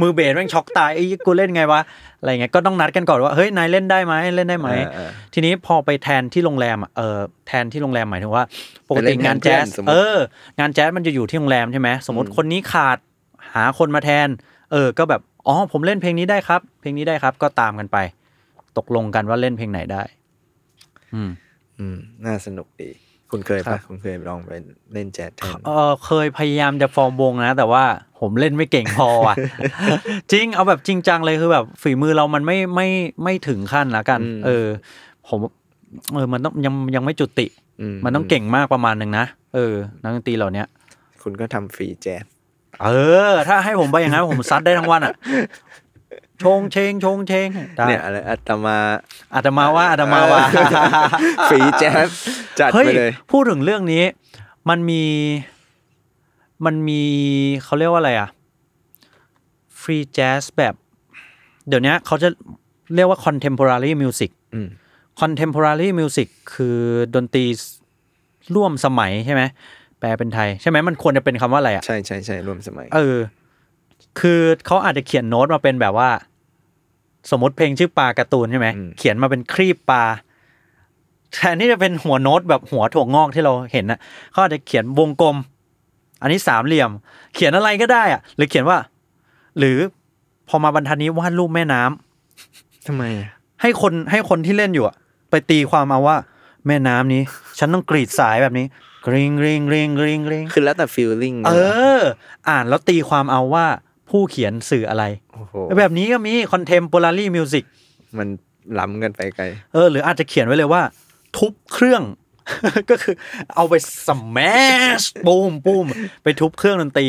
S3: มือเบสแม่งช็อกตายไอ้ยกูเล่นไงวะอะไรเงี้ยก็ต้องนัดกันก่อนว่าเฮ้ยนายเล่นได้ไหมเล่นได้ไหม
S2: เออเออ
S3: ทีนี้พอไปแทนที่โรงแรมอ่ะเออแทนที่โรงแรมหมายถึงว่าปก
S2: ไปเล่
S3: ติ
S2: น
S3: งาน
S2: แทนเพื่อน
S3: แจ๊ส
S2: สมมุติ
S3: เอองานแจ๊สมันจะอยู่ที่โรงแรมใช่ไหมสมมติคนนี้ขาดหาคนมาแทน เออ ก็แบบอ๋อผมเล่นเพลงนี้ได้ครับ เพลงนี้ได้ครับก็ตามกันไป ตกลงกันว่าเล่นเพลงไหนได้ อืม
S2: อืมน่าสนุกดี คุณเคย
S3: ครั
S2: ปะ
S3: บ
S2: คุณเคยลองไปเล่นแจ๊สแทน
S3: เออเคยพยายามจะฟอร์มวงนะ แต่ว่าผมเล่นไม่เก่งพออ่ะ จริงเอาแบบจริงจังเลยคือแบบฝีมือเรามันไม่ไม่ไม่ถึงขั้นละกัน เออ ผมเออมันต้องยังยังไม่จุติ มันต้องเก่งมากประมาณหนึ่งนะเออนักดนตรีเหล่าเนี้ย
S2: คุณก็ทำฟรีแจ๊ส
S3: เออ ถ้าให้ผมไปอย่างนั้น ผมซัดได้ทั้งวันอ่ะ ชงเชงชงเชงได้
S2: เนี่ยอะไรอัตมา
S3: อาตมาว่าอาตมาว่า
S2: ฟรีแจ๊สจัด
S3: เฮ้ย
S2: ไปเลย
S3: พูดถึงเรื่องนี้ มันมี มันมีเขาเรียกว่าอะไรอะฟรีแจ๊สแบบ เดี๋ยวนี้เขาจะเรียกว่า contemporary music
S2: อืม
S3: contemporary music คือดนตรีร่วมสมัยใช่ไหมแปลเป็นไทย ใช่ไหมมันควรจะเป็นคำว่าอะไรอะ
S2: ใช่ใช่ใช่ร่วมสมัย
S3: เออ คือเขาอาจจะเขียนโน้ตมาเป็นแบบว่า สมมติเพลงชื่อปลาการ์ตูนใช่ไหม
S2: อืม
S3: เขียนมาเป็นครีบปลาแทนที่จะเป็นหัวโน้ตแบบหัวถั่วงอกที่เราเห็นนะเขาอาจจะเขียนวงกลม อันนี้สามเหลี่ยม เขียนอะไรก็ได้อะหรือเขียนว่า หรือพอมาบรรทัดนี้วาดรูปแม่น้ำ
S2: ทำไมอะ
S3: ให้คนให้คนที่เล่นอยู่อะไปตีความเอาว่า แม่น้ำนี้ ฉันต้องกรีดสายแบบนี้กริงกริงกริงกริงกริง
S2: คือแล้วแต่ฟีลลิ่ง
S3: เออ อ่านแล้วตีความเอาว่าผู้เขียนสื่ออะไร
S2: โอ้โห
S3: แบบนี้ก็มีคอนเทม p o r a r y Music
S2: มันล้ำกันไปไกล
S3: เออ หรืออาจจะเขียนไว้เลยว่า ทุบเครื่อง ก็คือเอาไปสแมชปูมปูมไปทุบเครื่องดนตรี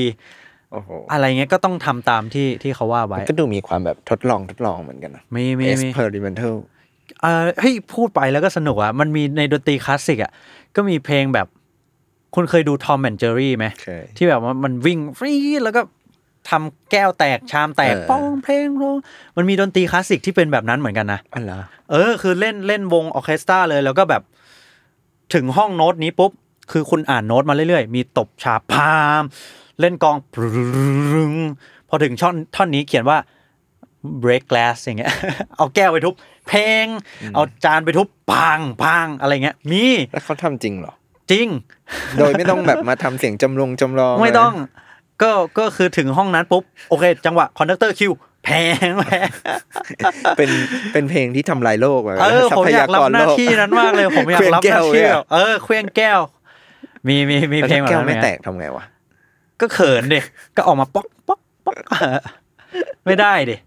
S2: โอ้โห
S3: อะไรเงี้ยก็ต้องทำตามที่ที่เขาว่าไว้
S2: มันก็ดูมีความแบบทดลองทดลองเหมือนกันนะ
S3: มีมีมี
S2: experimental
S3: เออเฮ้ยพูดไปแล้วก็สนุกอ่ะ มันมีในดนตรีคลาสสิกอ่ะ ก็มีเพลงแบบ คุณเคยดู Tom and Jerry ไหม
S2: เคย
S3: ที่แบบว่ามันวิ่งฟรีดแล้วก็ทำแก้วแตกชามแตก
S2: เออ
S3: ป้องเพลงโลงมันมีดนตรีคลาสสิกที่เป็นแบบนั้นเหมือนกันนะ
S2: อันเหรอ
S3: เออ คือเล่นเล่นวงออร์เคสตราเลย แล้วก็แบบ ถึงห้องโน้ตนี้ปุ๊บ คือคุณอ่านโน้ตมาเรื่อยๆ มีตบฉาบพาม เล่นกลองปรึงพอถึงช่อนท่อนนี้เขียนว่า break glass อย่างเงี้ย เอาแก้วไปทุบ เพลง เอาจานไปทุบพังพังอะไรเงี้ยมี
S2: แล้วเขาทำจริงเหรอ
S3: จริง
S2: โดยไม่ต้องแบบมาทำเสียงจำลองจำลอง
S3: ไม่ต้อง
S2: ะร
S3: ก็ก็คือถึงห้องนั้นปุ๊บ โอเค จังหวะคอนดักเตอร์คิวแพงแพง
S2: เป็นเป็นเพลงที่ทำลายโลกอะ
S3: เอ อ
S2: ทรั
S3: ผมอยาย
S2: พาก
S3: รับ
S2: ร
S3: ห
S2: โล
S3: น้าก ที่นั้นมากเลย ผมอยากรับหน้า
S2: เครื่องแก้วเล
S3: ที่
S2: ยอะ
S3: เออเครื่องแก้ว มีมีมี
S2: แล้ว
S3: เพลง
S2: ถ้า
S3: แบบ
S2: แก้ว
S3: นั้นไหม
S2: ไม่แตกทำไงวะ
S3: ก็เขินดิก็ออกมาป๊อกป๊อกป๊อก ไม่ได้ดิ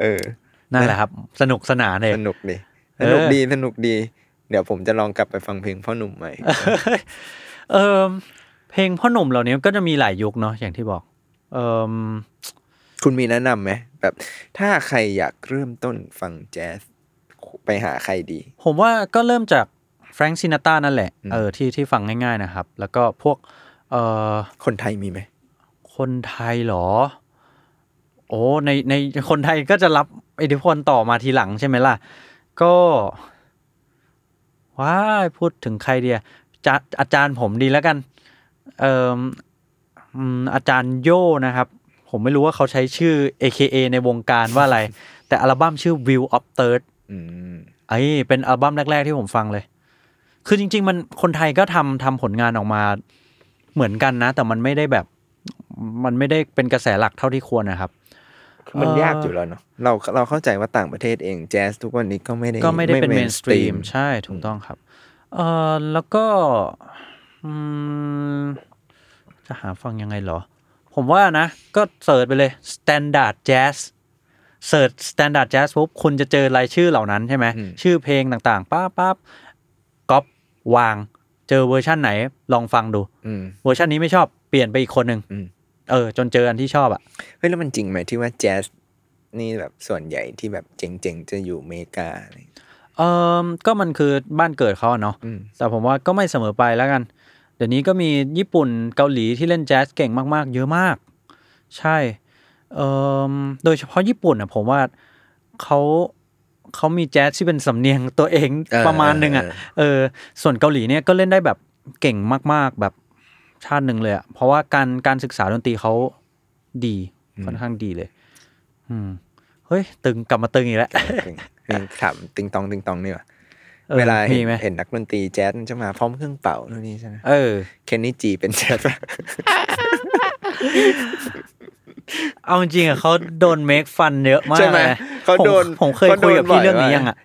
S2: เออ
S3: นั่นแหละครับ สนุกสนานเลย
S2: สนุกดี
S3: เอ
S2: ส
S3: อ
S2: นุกดี สนุกดี เดี๋ยวผมจะลองกลับไปฟังเพลงพ่อหนุ่มใหม่
S3: เออเพลงพ่อหนุ่มเหล่านี้ก็จะมีหลายยุคเนาะอย่างที่บอก เออ
S2: คุณมีแนะนำไหมแบบ ถ้าใครอยากเริ่มต้นฟังแจ๊สไปหาใครดี
S3: ผมว่าก็เริ่มจากแฟรง k ์ซินาต้านั่นแหละเออที่ที่ฟังง่ายๆนะครับ แล้วก็พวกเออ
S2: คนไทยมีไหม
S3: คนไทยเหรอ โอ้ในในคนไทยก็จะรับอิทธิพลต่อมาทีหลังใช่ไหมล่ะ ก็ว้ายพูดถึงใครเดียจะอาจารย์ผมดีแล้วกัน เอ่มอืมอาจารย์โย่นะครับ ผมไม่รู้ว่าเขาใช้ชื่อ AKA ในวงการว่าอะไร แต่อัลบั้มชื่อ View of Third
S2: อืม
S3: ไอ้เป็นอัลบั้มแรก ๆ ที่ผมฟังเลย คือจริง ๆ มันคนไทยก็ทำทำผลงานออกมาเหมือนกันนะ แต่มันไม่ได้แบบ มันไม่ได้เป็นกระแสหลักเท่าที่ควรนะครับ
S2: มัน
S3: เอ่อ
S2: ยากอยู่แล้วเนาะเราเราเข้าใจว่าต่างประเทศเองแจ๊สทุกวันนี้ก็ไม่ได้
S3: ก็ไม่ได้เป็นเมนสตรีม
S2: mainstream
S3: ใช่ถูกต้องครับ เออแล้วก็ อืม จะหาฟังยังไงเหรอ ผมว่านะ ก็เสิร์ชไปเลย standard jazz เสิร์ช standard jazz ปุ๊บคุณจะเจอรายชื่อเหล่านั้นใช่ไหม
S2: อืม
S3: ชื่อเพลงต่างๆป้าป๊บก๊อปวาง เจอเวอร์ชั่นไหนลองฟังดู
S2: อืม
S3: เวอร์ชันนี้ไม่ชอบเปลี่ยนไปอีกคนหนึ่ง
S2: อืม
S3: เออ จนเจออันที่ชอบอ่ะ
S2: เฮ้ยแล้วมันจริงไหมที่ว่าแจ๊สนี่แบบส่วนใหญ่ที่แบบเจ๋งๆ จะอยู่อเมริกาอะไรอย่างเงี้ย
S3: เออก็มันคือบ้านเกิดเขาอะเนาะ
S2: อืม
S3: แต่ผมว่าก็ไม่เสมอไปแล้วกัน เดี๋ยวนี้ก็มีญี่ปุ่นเกาหลีที่เล่นแจ๊สเก่งมาก ๆ เยอะมาก ใช่เอมโดยเฉพาะญี่ปุ่นอ่ะผมว่าเขาเขามีแจ๊สที่เป็นสำเนียงตัวเอง
S2: เออ
S3: ประมาณหนึ่งอ่ะ
S2: เออ
S3: เออส่วนเกาหลีเนี่ยก็เล่นได้แบบเก่งมาก ๆ แบบชาติหนึ่งเลยอ่ะเพราะว่าการการศึกษาดนตรีเขาดีค่อนข้างดีเลย อืมเฮ้ย ตึงกลับมาตึงอีกแล้ว
S2: เพลงขำติงตองติงตองนี่หว่า
S3: ออ
S2: เวลาเห็น
S3: มีไหม
S2: เห็นนักดนตรีแจ๊สมันจะมาพร้อมเครื่องเป่านู่นนี่ใช่ไหม
S3: เออ
S2: เคนนี่จีเป็นแจ๊สป่ะ
S3: เอาจริงๆอ่ะเขาโดนเมคฟันเยอะมาก
S2: ใช่ไหม
S3: ลย
S2: เขาโดน
S3: ผมผมเคย
S2: เขาโด
S3: คุย
S2: น
S3: กับพี่เรื่องนี้
S2: บ่อยมาก
S3: ยังอ่ะ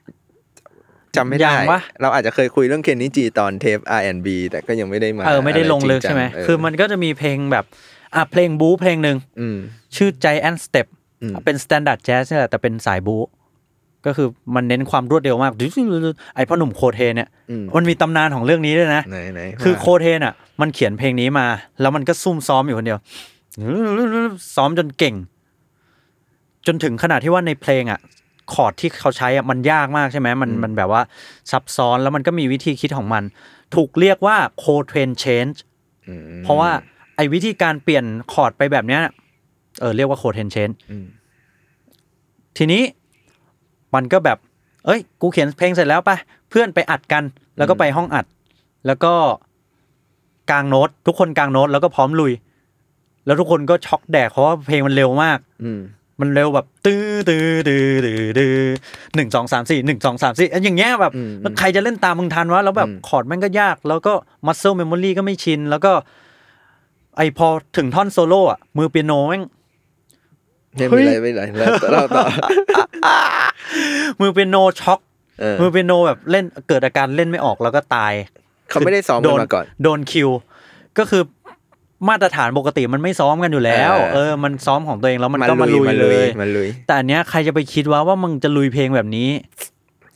S2: จำไม่ได้
S3: ยังวะ
S2: เราอาจจะเคยคุยเรื่องเคนนี่จีตอนเทป R&B แต่ก็ยังไม่ได้มา
S3: เออไม่ได้ลงลึกใช่ไหม
S2: ะรจริงจัง
S3: คือมันก็จะมีเพลงแบบอ่ะเพลงบู๊เพลงหนึ่ง
S2: อืม
S3: ชื่อ Giant Step
S2: อืม
S3: เป็น Standard Jazz นี่แหละแต่เป็นสายบู๊ก็คือมันเน้นความรวดเร็วมากไอพ่อหนุ่มโคเทนเนี่ย
S2: อืม
S3: มันมีตำนานของเรื่องนี้ด้วยนะ
S2: ไหนไหน
S3: คือ
S2: ว่า
S3: โคเทนอ่ะ มันเขียนเพลงนี้มา แล้วมันก็ซุ่มซ้อมอยู่คนเดียว ซ้อมจนเก่ง จนถึงขนาดที่ว่าในเพลงอ่ะ คอร์ดที่เขาใช้อ่ะมันยากมากใช่ไหมมันมันแบบว่าซับซ้อนแล้วมันก็มีวิธีคิดของมัน ถูกเรียกว่าโคเทนเชนจ์
S2: อืม
S3: เพราะว่าไอ้วิธีการเปลี่ยนคอร์ดไปแบบเนี้ยน่ะเออเรียกว่าโคเทนเชนจ์
S2: อืม
S3: ทีนี้มันก็แบบ เอ้ย กูเขียนเพลงเสร็จแล้วไปะเพื่อนไปอัดกัน แล้วก็ไปห้องอัด แล้วก็กลางโน้ต ทุกคนกลางโน้ตแล้วก็พร้อมลุย แล้วทุกคนก็ช็อกแดกเพราะว่าเพลงมันเร็วมาก
S2: อืม
S3: มันเร็วแบบตื้อตื้อตื้อตื้อตื้อหนึ่งสองสามสี่หนึ่งสองสามสี่อย่างเงี้ยแบบแล้วใครจะเล่นตามมึงทันวะแล้วแบบคอร์ดแม่งก็ยาก แล้วก็มัสเซ e เมมโมรีก็ไม่ชิน แล้วก็ ไอพอถึงท่อนโซโล่อะมือเปียโนแม่ง
S2: ไม่
S3: เฮ้
S2: เป็น
S3: ย
S2: ไรไม่เป็นไรเราเราต่อ
S3: มือเปียโนช็อก
S2: เออ
S3: มือเปียโนแบบเล่นเกิดอาการเล่นไม่ออกแล้วก็ตาย
S2: เขาไม่ได้ซ้อม
S3: โด
S2: กัน
S3: น
S2: มาก่อน
S3: โดนคิว ก็คือมาตรฐานปกติมันไม่ซ้อมกันอยู่แล้ว
S2: เออ
S3: เออ มันซ้อมของตัวเองแล้วมันก็มาลุย
S2: มา
S3: เลย
S2: มาลุย
S3: แต่อันเนี้ยใครจะไปคิดว่าว่ามึงจะลุยเพลงแบบนี้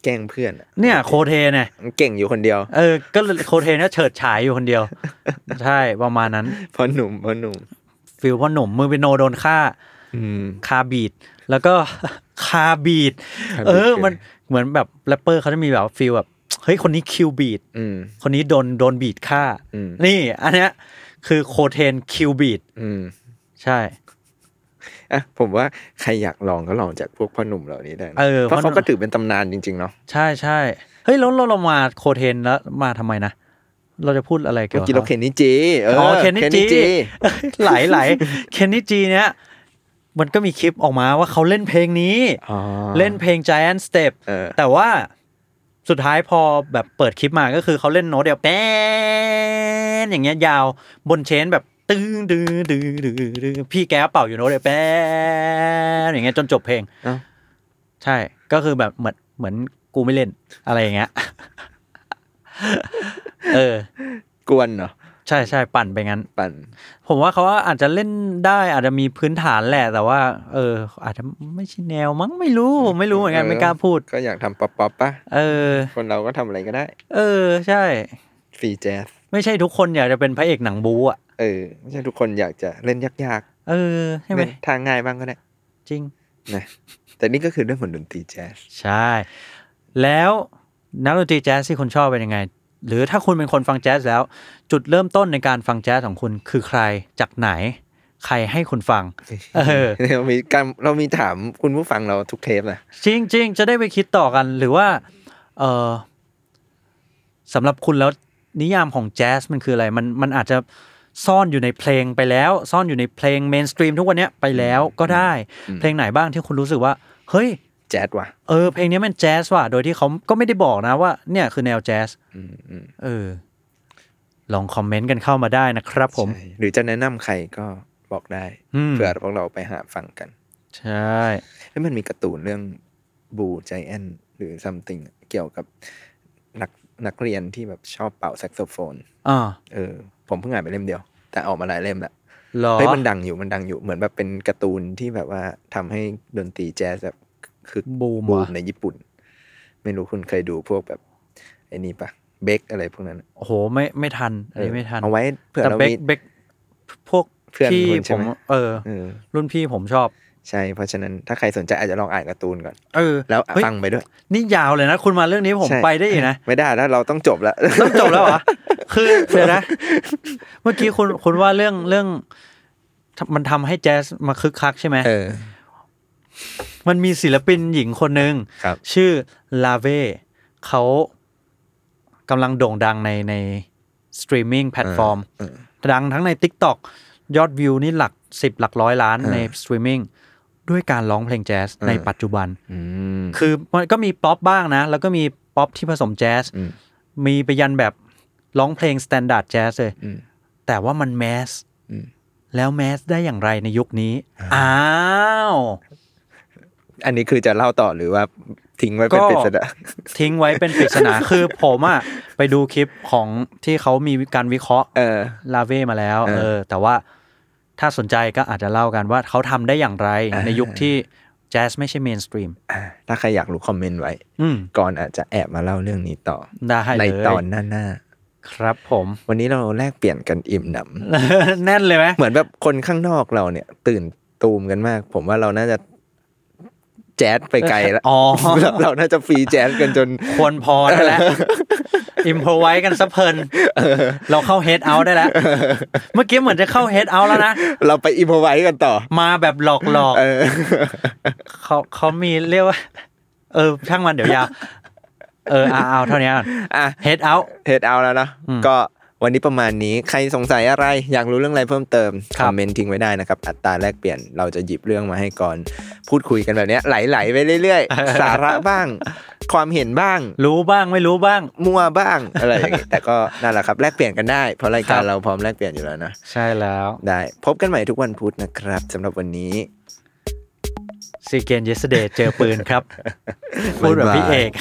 S2: แกล้งเพื่อนอะ
S3: เนี่ยโคเทเนี่ย
S2: มันเก่งอยู่คนเดียว
S3: เออ ก็เลยโคเทเนี่ยเฉิดฉายอยู่คนเดียว ใช่ประมาณนั้น
S2: พอหนุ่มพอหนุ่ม
S3: ฟิลพ่อหนุ่มมือเป็นโนโดนฆ่า
S2: อืม
S3: คาบีดแล้วก็ คาบีด
S2: คาบีท
S3: เออ
S2: คือ
S3: มันเหมือนแบบแรปเปอร์เขาจะมีแบบฟิลแบบเฮ้ยคนนี้คิวบีด
S2: อืม
S3: คนนี้โดนโดนบีดฆ่า
S2: อืม
S3: นี่ อันเนี้ยคือโคเทนคิวบีด
S2: อืม
S3: ใช่
S2: อ่ะผมว่าใครอยากลองก็ลองจากพวกพ่อหนุ่มเหล่านี้ได้นะ
S3: เออ
S2: เพราะ
S3: พ่อ
S2: เขา
S3: หนุ่ม
S2: ก็ถือเป็นตำนานจริง ๆ เนาะ
S3: ใช่ใช่เฮ้ยแล้วเราเรามาโคเทนแล้วมาทำไมนะ เราจะพูดอะไรเกี่ย
S2: เมื่อ
S3: วกับ
S2: กี้เราเคนนิจี เออ
S3: อ๋อ
S2: อ
S3: เคนนิ
S2: คนนิ
S3: จี
S2: จี
S3: ไหลไหลเคนนิจีเนี้ยมันก็มีคลิปออกมาว่าเขาเล่นเพลงนี้
S2: อ๋อ
S3: เล่นเพลง Giant Step
S2: เออ
S3: แต่ว่าสุดท้ายพอแบบเปิดคลิปมาก็คือเขาเล่นโน้ตเดียวแป๊นอย่างเงี้ยยาวบนเชนแบบตึ้งดื้อดื้อดื้อดื้อพี่แกเป่าอยู่โน้ตเดียวแป๊นอย่างเงี้ยจนจบเพลง
S2: เอ้า
S3: ใช่ก็คือแบบเหมือนเหมือนกูไม่เล่นอะไรอย่างเงี้ย เออ
S2: กวนเนาะ
S3: ใช่ใช่ปั่นไปงั้น
S2: ปั่น
S3: ผมว่าเขาอาจจะเล่นได้ อาจจะมีพื้นฐานแหละ แต่ว่า เออ อาจจะไม่ใช่แนวมั้งไม่รู้ผมไม่รู้เหมือนกัน
S2: เออ
S3: ไม่กล้าพูด
S2: ก็อยากทำป๊อปป๊อปๆปะ
S3: เออ
S2: คนเราก็ทำอะไรก็ได้
S3: เออ ใช่
S2: ฟรีแจ๊ส
S3: ไม่ใช่ทุกคนอยากจะเป็นพระเอกหนังบูอ่ะ
S2: เออไม่ใช่ทุกคนอยากจะเล่นยาก
S3: เออ
S2: ๆ
S3: ใช่ไหม
S2: เล่นทางง่ายบ้างก็ได้
S3: จริง
S2: นะแต่นี่ก็คือเรื่องของดนตรีแจ๊ส
S3: ใช่ แล้วนักดนตรีแจ๊สที่คุณชอบเป็นยังไง หรือถ้าคุณเป็นคนฟังแจ๊สแล้ว จุดเริ่มต้นในการฟังแจ๊สของคุณคือใครจากไหน ใครให้คุณฟัง เออ
S2: เรามีการเรามีถามคุณผู้ฟังเราทุกเทปนะ
S3: จริงจริง ๆ จะได้ไปคิดต่อกันหรือว่าเออสำหรับคุณแล้วนิยามของแจ๊สมันคืออะไร มันมันอาจจะซ่อนอยู่ในเพลงไปแล้ว ซ่อนอยู่ในเพลงเมนสตรีมทุกวันเนี้ยไปแล้วก็ได้
S2: อืม
S3: เพลงไหนบ้างที่คุณรู้สึกว่า เฮ้ย
S2: แจ๊สว่ะ
S3: เออเพลงนี้มันแจ๊สว่ะ โดยที่เขาก็ไม่ได้บอกนะว่าเนี่ยคือแนวแจ๊ส
S2: อืมอืม
S3: เออ ลองคอมเมนต์กันเข้ามาได้นะครับผม
S2: ใช่หรือจะแนะนำใครก็บอกได้
S3: อืม
S2: เผื่อพวกเราไปหาฟังกัน
S3: ใช่
S2: แล้วมันมีการ์ตูนเรื่องบูใจแอนหรือซัมติงเกี่ยวกับนักนักเรียนที่แบบชอบเป่าแซกโซโฟน
S3: อ่า
S2: เออ ผมเพิ่งอ่านไปเล่มเดียว แต่ออกมาหลายเล่มละ
S3: หรอ
S2: เฮ้ยมันดังอยู่มันดังอยู่เหมือนแบบเป็นการ์ตูนที่แบบว่าทำให้ดนตรีแจ๊สแบบคึก
S3: บูม
S2: บู
S3: ว่ะ
S2: มในญี่ปุ่น ไม่รู้คุณเคยดูพวกแบบไอ้นี่ปะเบคอะไรพวกนั้น
S3: โอ้โหไม่ไม่ทันอันนี้ไม่ทัน
S2: เอาไว้เผื่อ
S3: แต่
S2: เรา
S3: เบ
S2: มี
S3: กเบกพวก
S2: เพื่อน
S3: ที่
S2: คุณใช่
S3: ผ
S2: ไห
S3: ม
S2: ม
S3: เออ
S2: เออ
S3: รุ่นพี่ผมชอบ
S2: ใช่ เพราะฉะนั้นถ้าใครสนใจอาจจะลองอ่านการ์ตูนก่อน
S3: เออ
S2: แล้ว
S3: เฮ้ย
S2: ฟังไปด้วย
S3: นี่ยาวเลยนะ คุณมาเรื่องนี้ผม
S2: ใช่
S3: ไปได้อีกนะ
S2: ไม่ได้แล้วเราต้องจบแล้ว
S3: ต้องจบแล้วเหรอ คือเดี๋ยวนะ เมื่อกี้คุณคุณว่าเรื่องเรื่อง มันทำให้แจ๊สมาคึกคักใช่ไหม
S2: เออ
S3: มันมีศิลปินหญิงคนหนึ่ง
S2: ครับ
S3: ชื่อลาเวเขากำลังโด่งดังในในสตรีมมิ่งแพลตฟอร์ม
S2: เออ
S3: ดังทั้งใน t ิ k t o k ยอดวิวนี่หลักสิบหลักร้อยล้าน
S2: เออ
S3: ในสตรีมมิ่งด้วยการร้องเพลงแจ๊ส
S2: เออ
S3: ในปัจจุบัน
S2: อืม
S3: คือมันก็มีป๊อปบ้างนะ แล้วก็มีป๊อปที่ผสมแจ๊ส
S2: อืม
S3: มีไปยันแบบร้องเพลงสแตนดาร์ดแจ๊สเลย
S2: อืม
S3: แต่ว่ามันแมส
S2: อืม
S3: แล้วแมสได้อย่างไรในยุคนี้ อ้าว
S2: อันนี้คือจะเล่าต่อหรือว่าทิ้งไว้เป็นปริศนา
S3: ทิ้งไว้เป็นปริศ นา คือผมอะไปดูคลิปของที่เขามีการวิเคราะห์
S2: เออ
S3: ลาเวมาแล้ว
S2: เออ
S3: เออ แต่ว่าถ้าสนใจก็อาจจะเล่ากันว่าเขาทำได้อย่างไร
S2: อ่า
S3: ในยุคที่แจ๊สไม่ใช่เมนสตรีม
S2: อ่ะถ้าใครอยากรู้คอมเมนต์ไว้
S3: อืม
S2: ก่อนอาจจะแอบมาเล่าเรื่องนี้ต่อ
S3: ได้เลย
S2: ในตอนหน้าหน้า
S3: ครับผม
S2: ๆวันนี้เราแลกเปลี่ยนกันอิ่มหน
S3: แน่นเลยไหม
S2: ำ เหมือนแบบคนข้างนอกเราเนี่ย ตื่นตูมกันมาก ผมว่าเราน่าจะแจ๊ดไปไกลแล้ว
S3: อ๋อ
S2: เราน่าจะฟรีแจ๊ดกันจน
S3: ควรพอได้ แล้ว อิมพอไว้กันซะเพลิน เราเข้าเฮดเอาได้แล้ว เมื่อกี้เหมือนจะเข้าเฮดเอาแล้วนะ
S2: เราไปอิมพอไว้กันต่อ
S3: มาแบบหลอกหลอกๆ
S2: เออ
S3: เขาเขามีเรียกว่า เออ ช่างมันเดี๋ยวย าว เออเอาเอาเท่านี้ก่อน
S2: อ่ะ
S3: เฮดเอา
S2: เฮดเอาแล้วนะ
S3: อืม
S2: ก็วันนี้ประมาณนี้ใครสงสัยอะไร อยากรู้เรื่องอะไรเพิ่มเติม
S3: ครั
S2: ค
S3: บ
S2: อมเมนต์ทิ้งไว้ได้นะครับ อัตราแลกเปลี่ยนเราจะหยิบเรื่องมาให้ก่อน พูดคุยกันแบบเนี้ยไหลๆไปเรื่อย ๆ สาระบ้าง ความเห็นบ้าง
S3: รู้บ้างไม่รู้บ้าง
S2: มั่วบ้าง อะไรอย่าง งี้แต่ก็นั่นแหละครับ แลกเปลี่ยนกันได้ เพราะรายกา
S3: ค
S2: ร
S3: รับ
S2: เราพร้อมแลกเปลี่ยนอยู่แล้วนะ
S3: ใช่แล้ว
S2: ได้ พบกันใหม่ทุกวันพุธนะครับสำหรับวันนี้
S3: ซีเกนเยสเดย์เจอปืนครับ พูดแบบพี่เอก